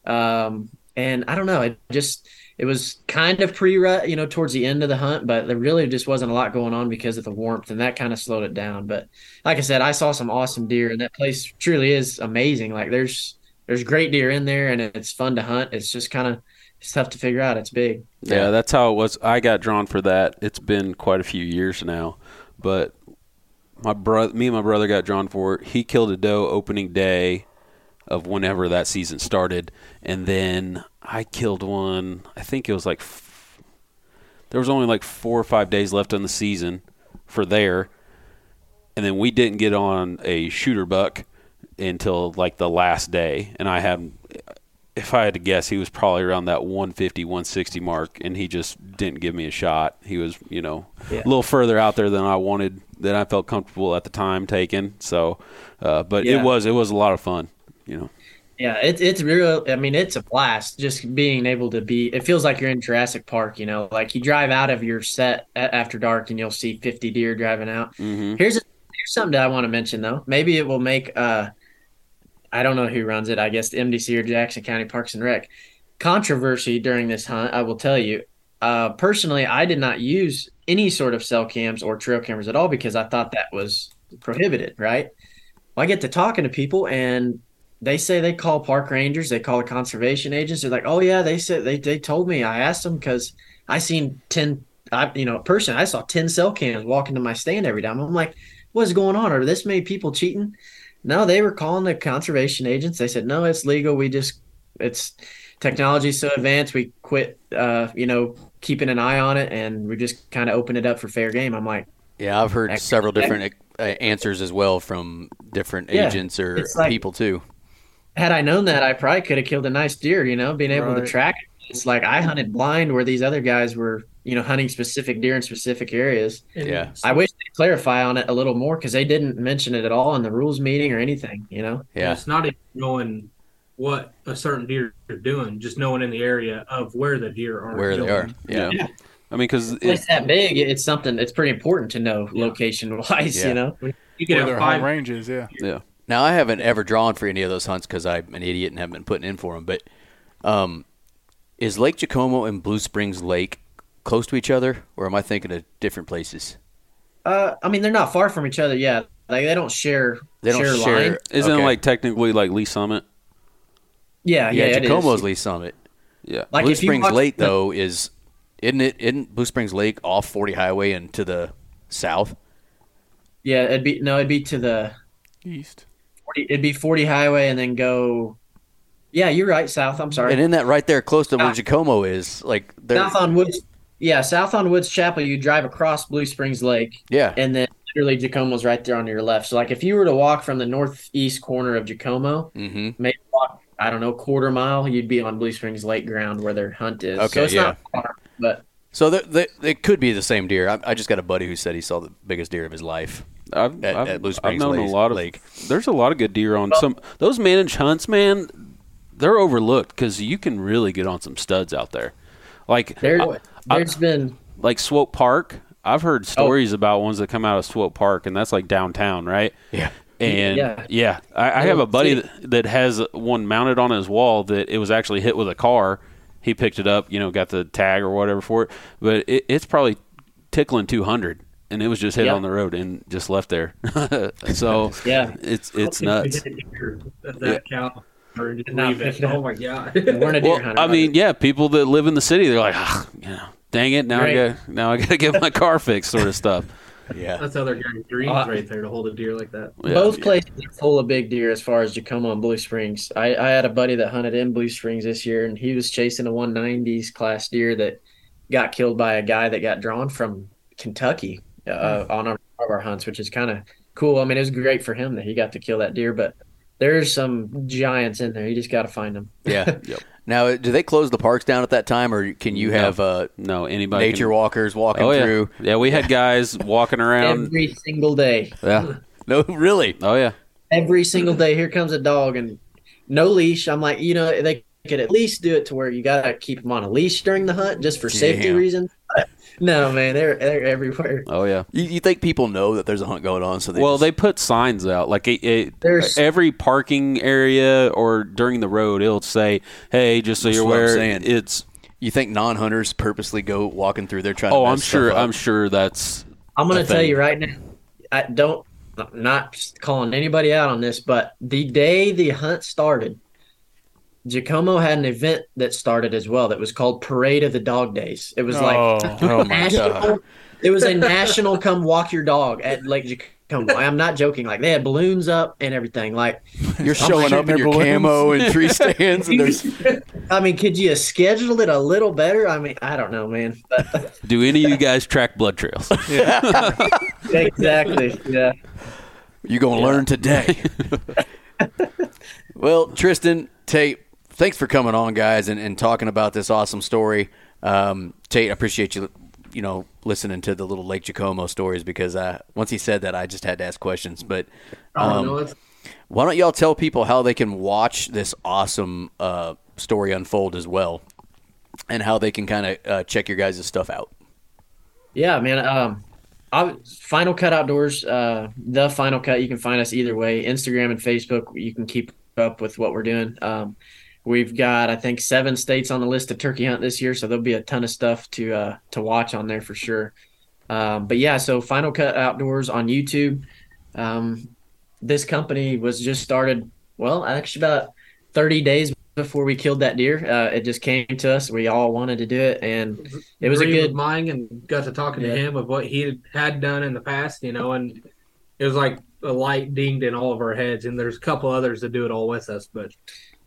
S5: um, and I don't know. It just it was kind of pre-rut, you know, towards the end of the hunt, but there really just wasn't a lot going on because of the warmth, and that kind of slowed it down. But like I said, I saw some awesome deer, and that place truly is amazing. Like there's there's great deer in there, and it's fun to hunt. It's just kind of it's tough to figure out. It's big.
S2: Yeah, that's how it was. I got drawn for that. It's been quite a few years now, but my brother, me and my brother got drawn for it. He killed a doe opening day of whenever that season started, and then I killed one. I think it was like f- there was only like four or five days left on the season for there, and then we didn't get on a shooter buck until like the last day, and I had if I had to guess, he was probably around that 150, 160 mark, and he just didn't give me a shot. He was, you know,
S5: Yeah.
S2: a little further out there than I wanted, than I felt comfortable at the time taking. So, uh, but
S5: Yeah.
S2: it was it was a lot of fun, you know.
S5: Yeah, it, it's real. I mean, it's a blast just being able to be. It feels like you're in Jurassic Park, you know. Like you drive out of your set a- after dark, and you'll see 50 deer driving out.
S2: Mm-hmm.
S5: Here's a, here's something that I want to mention though. Maybe it will make uh, I don't know who runs it. I guess the MDC or Jackson County Parks and Rec. Controversy during this hunt, I will tell you. Uh, personally, I did not use any sort of cell cams or trail cameras at all because I thought that was prohibited. Right? Well, I get to talking to people and. They say they call park rangers, they call the conservation agents. They're like, "Oh yeah, they said they, they told me. I asked them because I seen ten, I you know, person. I saw ten cell cams walking to my stand every time. I'm like, what's going on? Are this many people cheating? No, they were calling the conservation agents. They said, no, it's legal. We just, it's technology's so advanced. We quit, uh, you know, keeping an eye on it and we just kind of open it up for fair game. I'm like,
S4: Yeah, I've heard
S5: Ex-
S4: several different uh, answers as well from different
S5: Yeah,
S4: agents or
S5: it's like-
S4: people too.
S5: had I known that, I probably could have killed a nice deer, you know, being able
S8: Right.
S5: to track. it. It's like I hunted blind where these other guys were, you know, hunting specific deer in specific areas.
S6: And
S4: Yeah.
S5: I wish they'd clarify on it a little more because they didn't mention it at all in the rules meeting or anything, you know?
S4: Yeah.
S6: It's not even knowing what a certain deer are doing, just knowing in the area of where the deer are.
S4: Where they are.
S6: going.
S4: Yeah.
S2: I mean, because
S5: it's that big, it's something. It's pretty important to know location wise.
S4: Yeah.
S5: You know,
S6: You could
S8: Where
S6: have
S8: their home
S6: five.
S8: range is, yeah.
S4: Now I haven't ever drawn for any of those hunts because I'm an idiot and haven't been putting in for them. But um, is Lake Jacomo and Blue Springs Lake close to each other, or am I thinking of different places?
S5: uh, I mean, they're not far from each other. Yeah, like they don't share.
S4: They don't share.
S5: line.
S2: isn't
S4: okay.
S2: it like technically like Lee Summit?
S5: Yeah, Uh, yeah.
S4: yeah,
S5: it is.
S4: Jacomo's Lee Summit.
S2: Yeah.
S5: Like
S4: Blue
S5: if you
S4: Springs
S5: watch
S4: Lake
S5: the-
S4: though is isn't it isn't Blue Springs Lake off 40 Highway and to the south?
S5: Yeah, it'd be no, it'd be to the
S8: East.
S5: 40, it'd be forty highway and then go. Yeah, you're right. South. I'm sorry.
S4: And in that right there close to where
S5: South.
S4: Jacomo is, like there
S5: south on Woods. Yeah, south on Woods Chapel. You drive across Blue Springs Lake,
S4: yeah.
S5: and then literally Jacomo's right there on your left. So like, if you were to walk from the northeast corner of Jacomo,
S2: Mm-hmm.
S4: Mhm.
S5: maybe walk, I don't know, quarter mile, you'd be on Blue Springs Lake ground where their hunt is.
S4: Okay,
S5: so it's not far, but
S4: So they, they, they could be the same deer. I, I just got a buddy who said he saw the biggest deer of his life.
S2: I've,
S4: At-
S2: I've,
S4: at Blue
S2: I've
S4: Springs
S2: known
S4: Lake-
S2: a lot of
S4: Lake.
S2: there's a lot of good deer on some those managed hunts, man. They're overlooked because you can really get on some studs out there. Like
S5: there,
S2: I- I-
S5: there's been
S2: like Swope Park. I've heard
S4: Oh.
S2: stories about ones that come out of Swope Park, and that's like downtown, right?
S4: Yeah.
S2: And yeah,
S5: Yeah.
S2: I, I have a buddy
S5: see
S2: that, that has one mounted on his wall that it was actually hit with a car. He picked it up, you know, got the tag or whatever for it, but it, it's probably tickling 200, and it was just hit
S5: Yeah.
S2: on the road and just left there. so
S5: Yeah.
S2: it's
S6: I don't
S2: it's
S6: think we
S2: nuts.
S6: hit a deer At that count. Or just
S5: No,
S6: leave it.
S5: no.
S6: Oh my god.
S5: we're in a deer
S2: Well,
S5: hunter.
S2: I mean, yeah, people that live in the city, they're like, ah, you know, dang it, now
S5: Right.
S2: I got now I got to get my car fixed, sort of stuff.
S4: Yeah.
S6: That's other guys' dreams
S5: Uh,
S6: right there to hold a deer like that.
S2: Yeah.
S5: both places are full of big deer as far as Jacomo and Blue Springs. I, I had a buddy that hunted in Blue Springs this year, and he was chasing a 190s class deer that got killed by a guy that got drawn from Kentucky uh,
S2: Hmm.
S5: on our, one of our hunts, which is kind of cool. I mean, it was great for him that he got to kill that deer, but there's some giants in there. You just got to find them.
S4: Yeah. Now, do they close the parks down at that time, or can you
S2: No.
S4: have uh,
S2: No, anybody can-
S4: nature walkers walking
S2: Oh yeah,
S4: through?
S2: yeah. We had guys walking around.
S5: every single day.
S2: yeah.
S4: No, really.
S2: Oh yeah.
S5: Every single day, here comes a dog and no leash. I'm like, you know, they could at least do it to where you gotta keep them on a leash during the hunt just for safety
S4: Yeah.
S5: reasons. no, man, they're they're everywhere.
S2: Oh yeah.
S4: You, you think people know that there's a hunt going on? So they
S2: well,
S4: just-
S2: they put signs out like it, it-
S5: There's-
S2: every parking area or during the road. It'll say, "Hey, just so
S4: That's
S2: you're
S4: what I'm
S2: aware,
S4: saying.
S2: it's."
S4: you think non-hunters purposely go walking through there trying?
S2: Oh,
S4: to
S2: I'm
S4: mess stuff
S2: sure.
S4: up?
S2: I'm sure that's.
S5: I'm
S2: I
S5: gonna tell
S2: think-
S5: you right now. I don't I'm not calling anybody out on this, but the day the hunt started, Jacomo had an event that started as well that was called Parade of the Dog Days. It was like
S8: oh my god.
S5: national. It was a national come walk your dog at Lake Jacomo. I'm not joking. Like they had balloons up and everything. Like
S4: You're showing
S8: shooting
S4: up in
S8: their
S4: your
S8: balloons.
S4: camo and three stands, and there's
S5: I mean, could you have scheduled it a little better? I mean, I don't know, man. But
S2: Do any of you guys track blood trails?
S5: exactly. Yeah.
S4: You're going to learn today. well, Tristan, Tate, thanks for coming on, guys, and, and talking about this awesome story. Um, Tate, I appreciate you, you know, listening to the little Lake Jacomo stories because I, once he said that, I just had to ask questions. But
S6: Oh,
S4: um,
S6: no, it's
S4: Why don't y'all tell people how they can watch this awesome uh, story unfold as well, and how they can kind of uh, check your guys' stuff out?
S5: Yeah, man. Um, I, Final Cut Outdoors, uh, the Final Cut. You can find us either way, Instagram and Facebook. You can keep up with what we're doing. Um, we've got, I think, seven states on the list to turkey hunt this year, so there'll be a ton of stuff to uh, to watch on there for sure. Um, but yeah, so Final Cut Outdoors on YouTube. Um, this company was just started. Well, actually, about 30 days before we killed that deer, uh, it just came to us. We all wanted to do it, and it was a
S6: Agreed
S5: good
S6: with mine and got to talking
S5: Yeah.
S6: to him of what he had- had done in the past, you know, and it was like a light dinged in all of our heads. And there's a couple others that do it all with us, but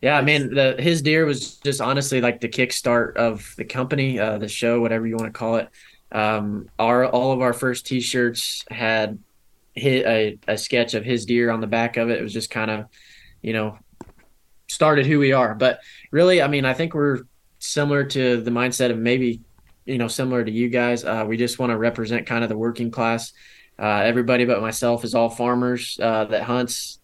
S5: Yeah, I mean, the, his deer was just honestly like the kickstart of the company, uh, the show, whatever you want to call it. Um, our all of our first T-shirts had hit a, a sketch of his deer on the back of it. It was just kind of, you know, started who we are. But really, I mean, I think we're similar to the mindset of maybe, you know, similar to you guys. Uh, we just want to represent kind of the working class. Uh, everybody but myself is all farmers uh, that hunts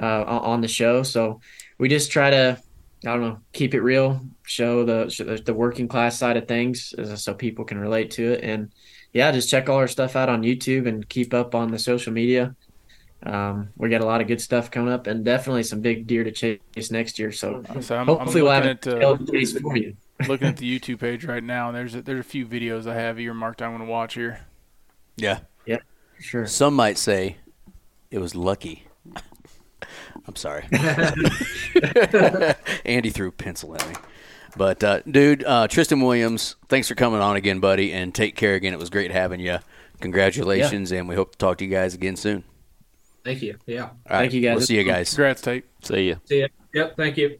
S5: uh, on on the show, so we just try to i don't know keep it real show the show the- the working class side of things uh, so people can relate to it and yeah just check all our stuff out on youtube and keep up on the social media um, we got a lot of good stuff coming up and definitely some big deer to chase next year so
S3: So I'm,
S5: hopefully
S3: I'm
S5: we'll
S3: looking
S5: have
S3: at,
S5: a
S3: uh,
S5: tail to chase for you
S3: looking at the YouTube page right now, and there's a, there's a few videos I have earmarked I want to watch here.
S4: Yeah.
S5: sure
S4: Some might say it was lucky. I'm sorry. Andy threw a pencil at me. But, uh, dude, uh, Tristan Williams, thanks for coming on again, buddy, and take care again. It was great having you. Congratulations, and we hope to talk to you guys again soon.
S6: thank you. Yeah.
S4: All right,
S5: Thank you, guys.
S4: We'll see you guys.
S3: Congrats, Tate.
S2: See ya.
S6: See ya. Yep. Thank you.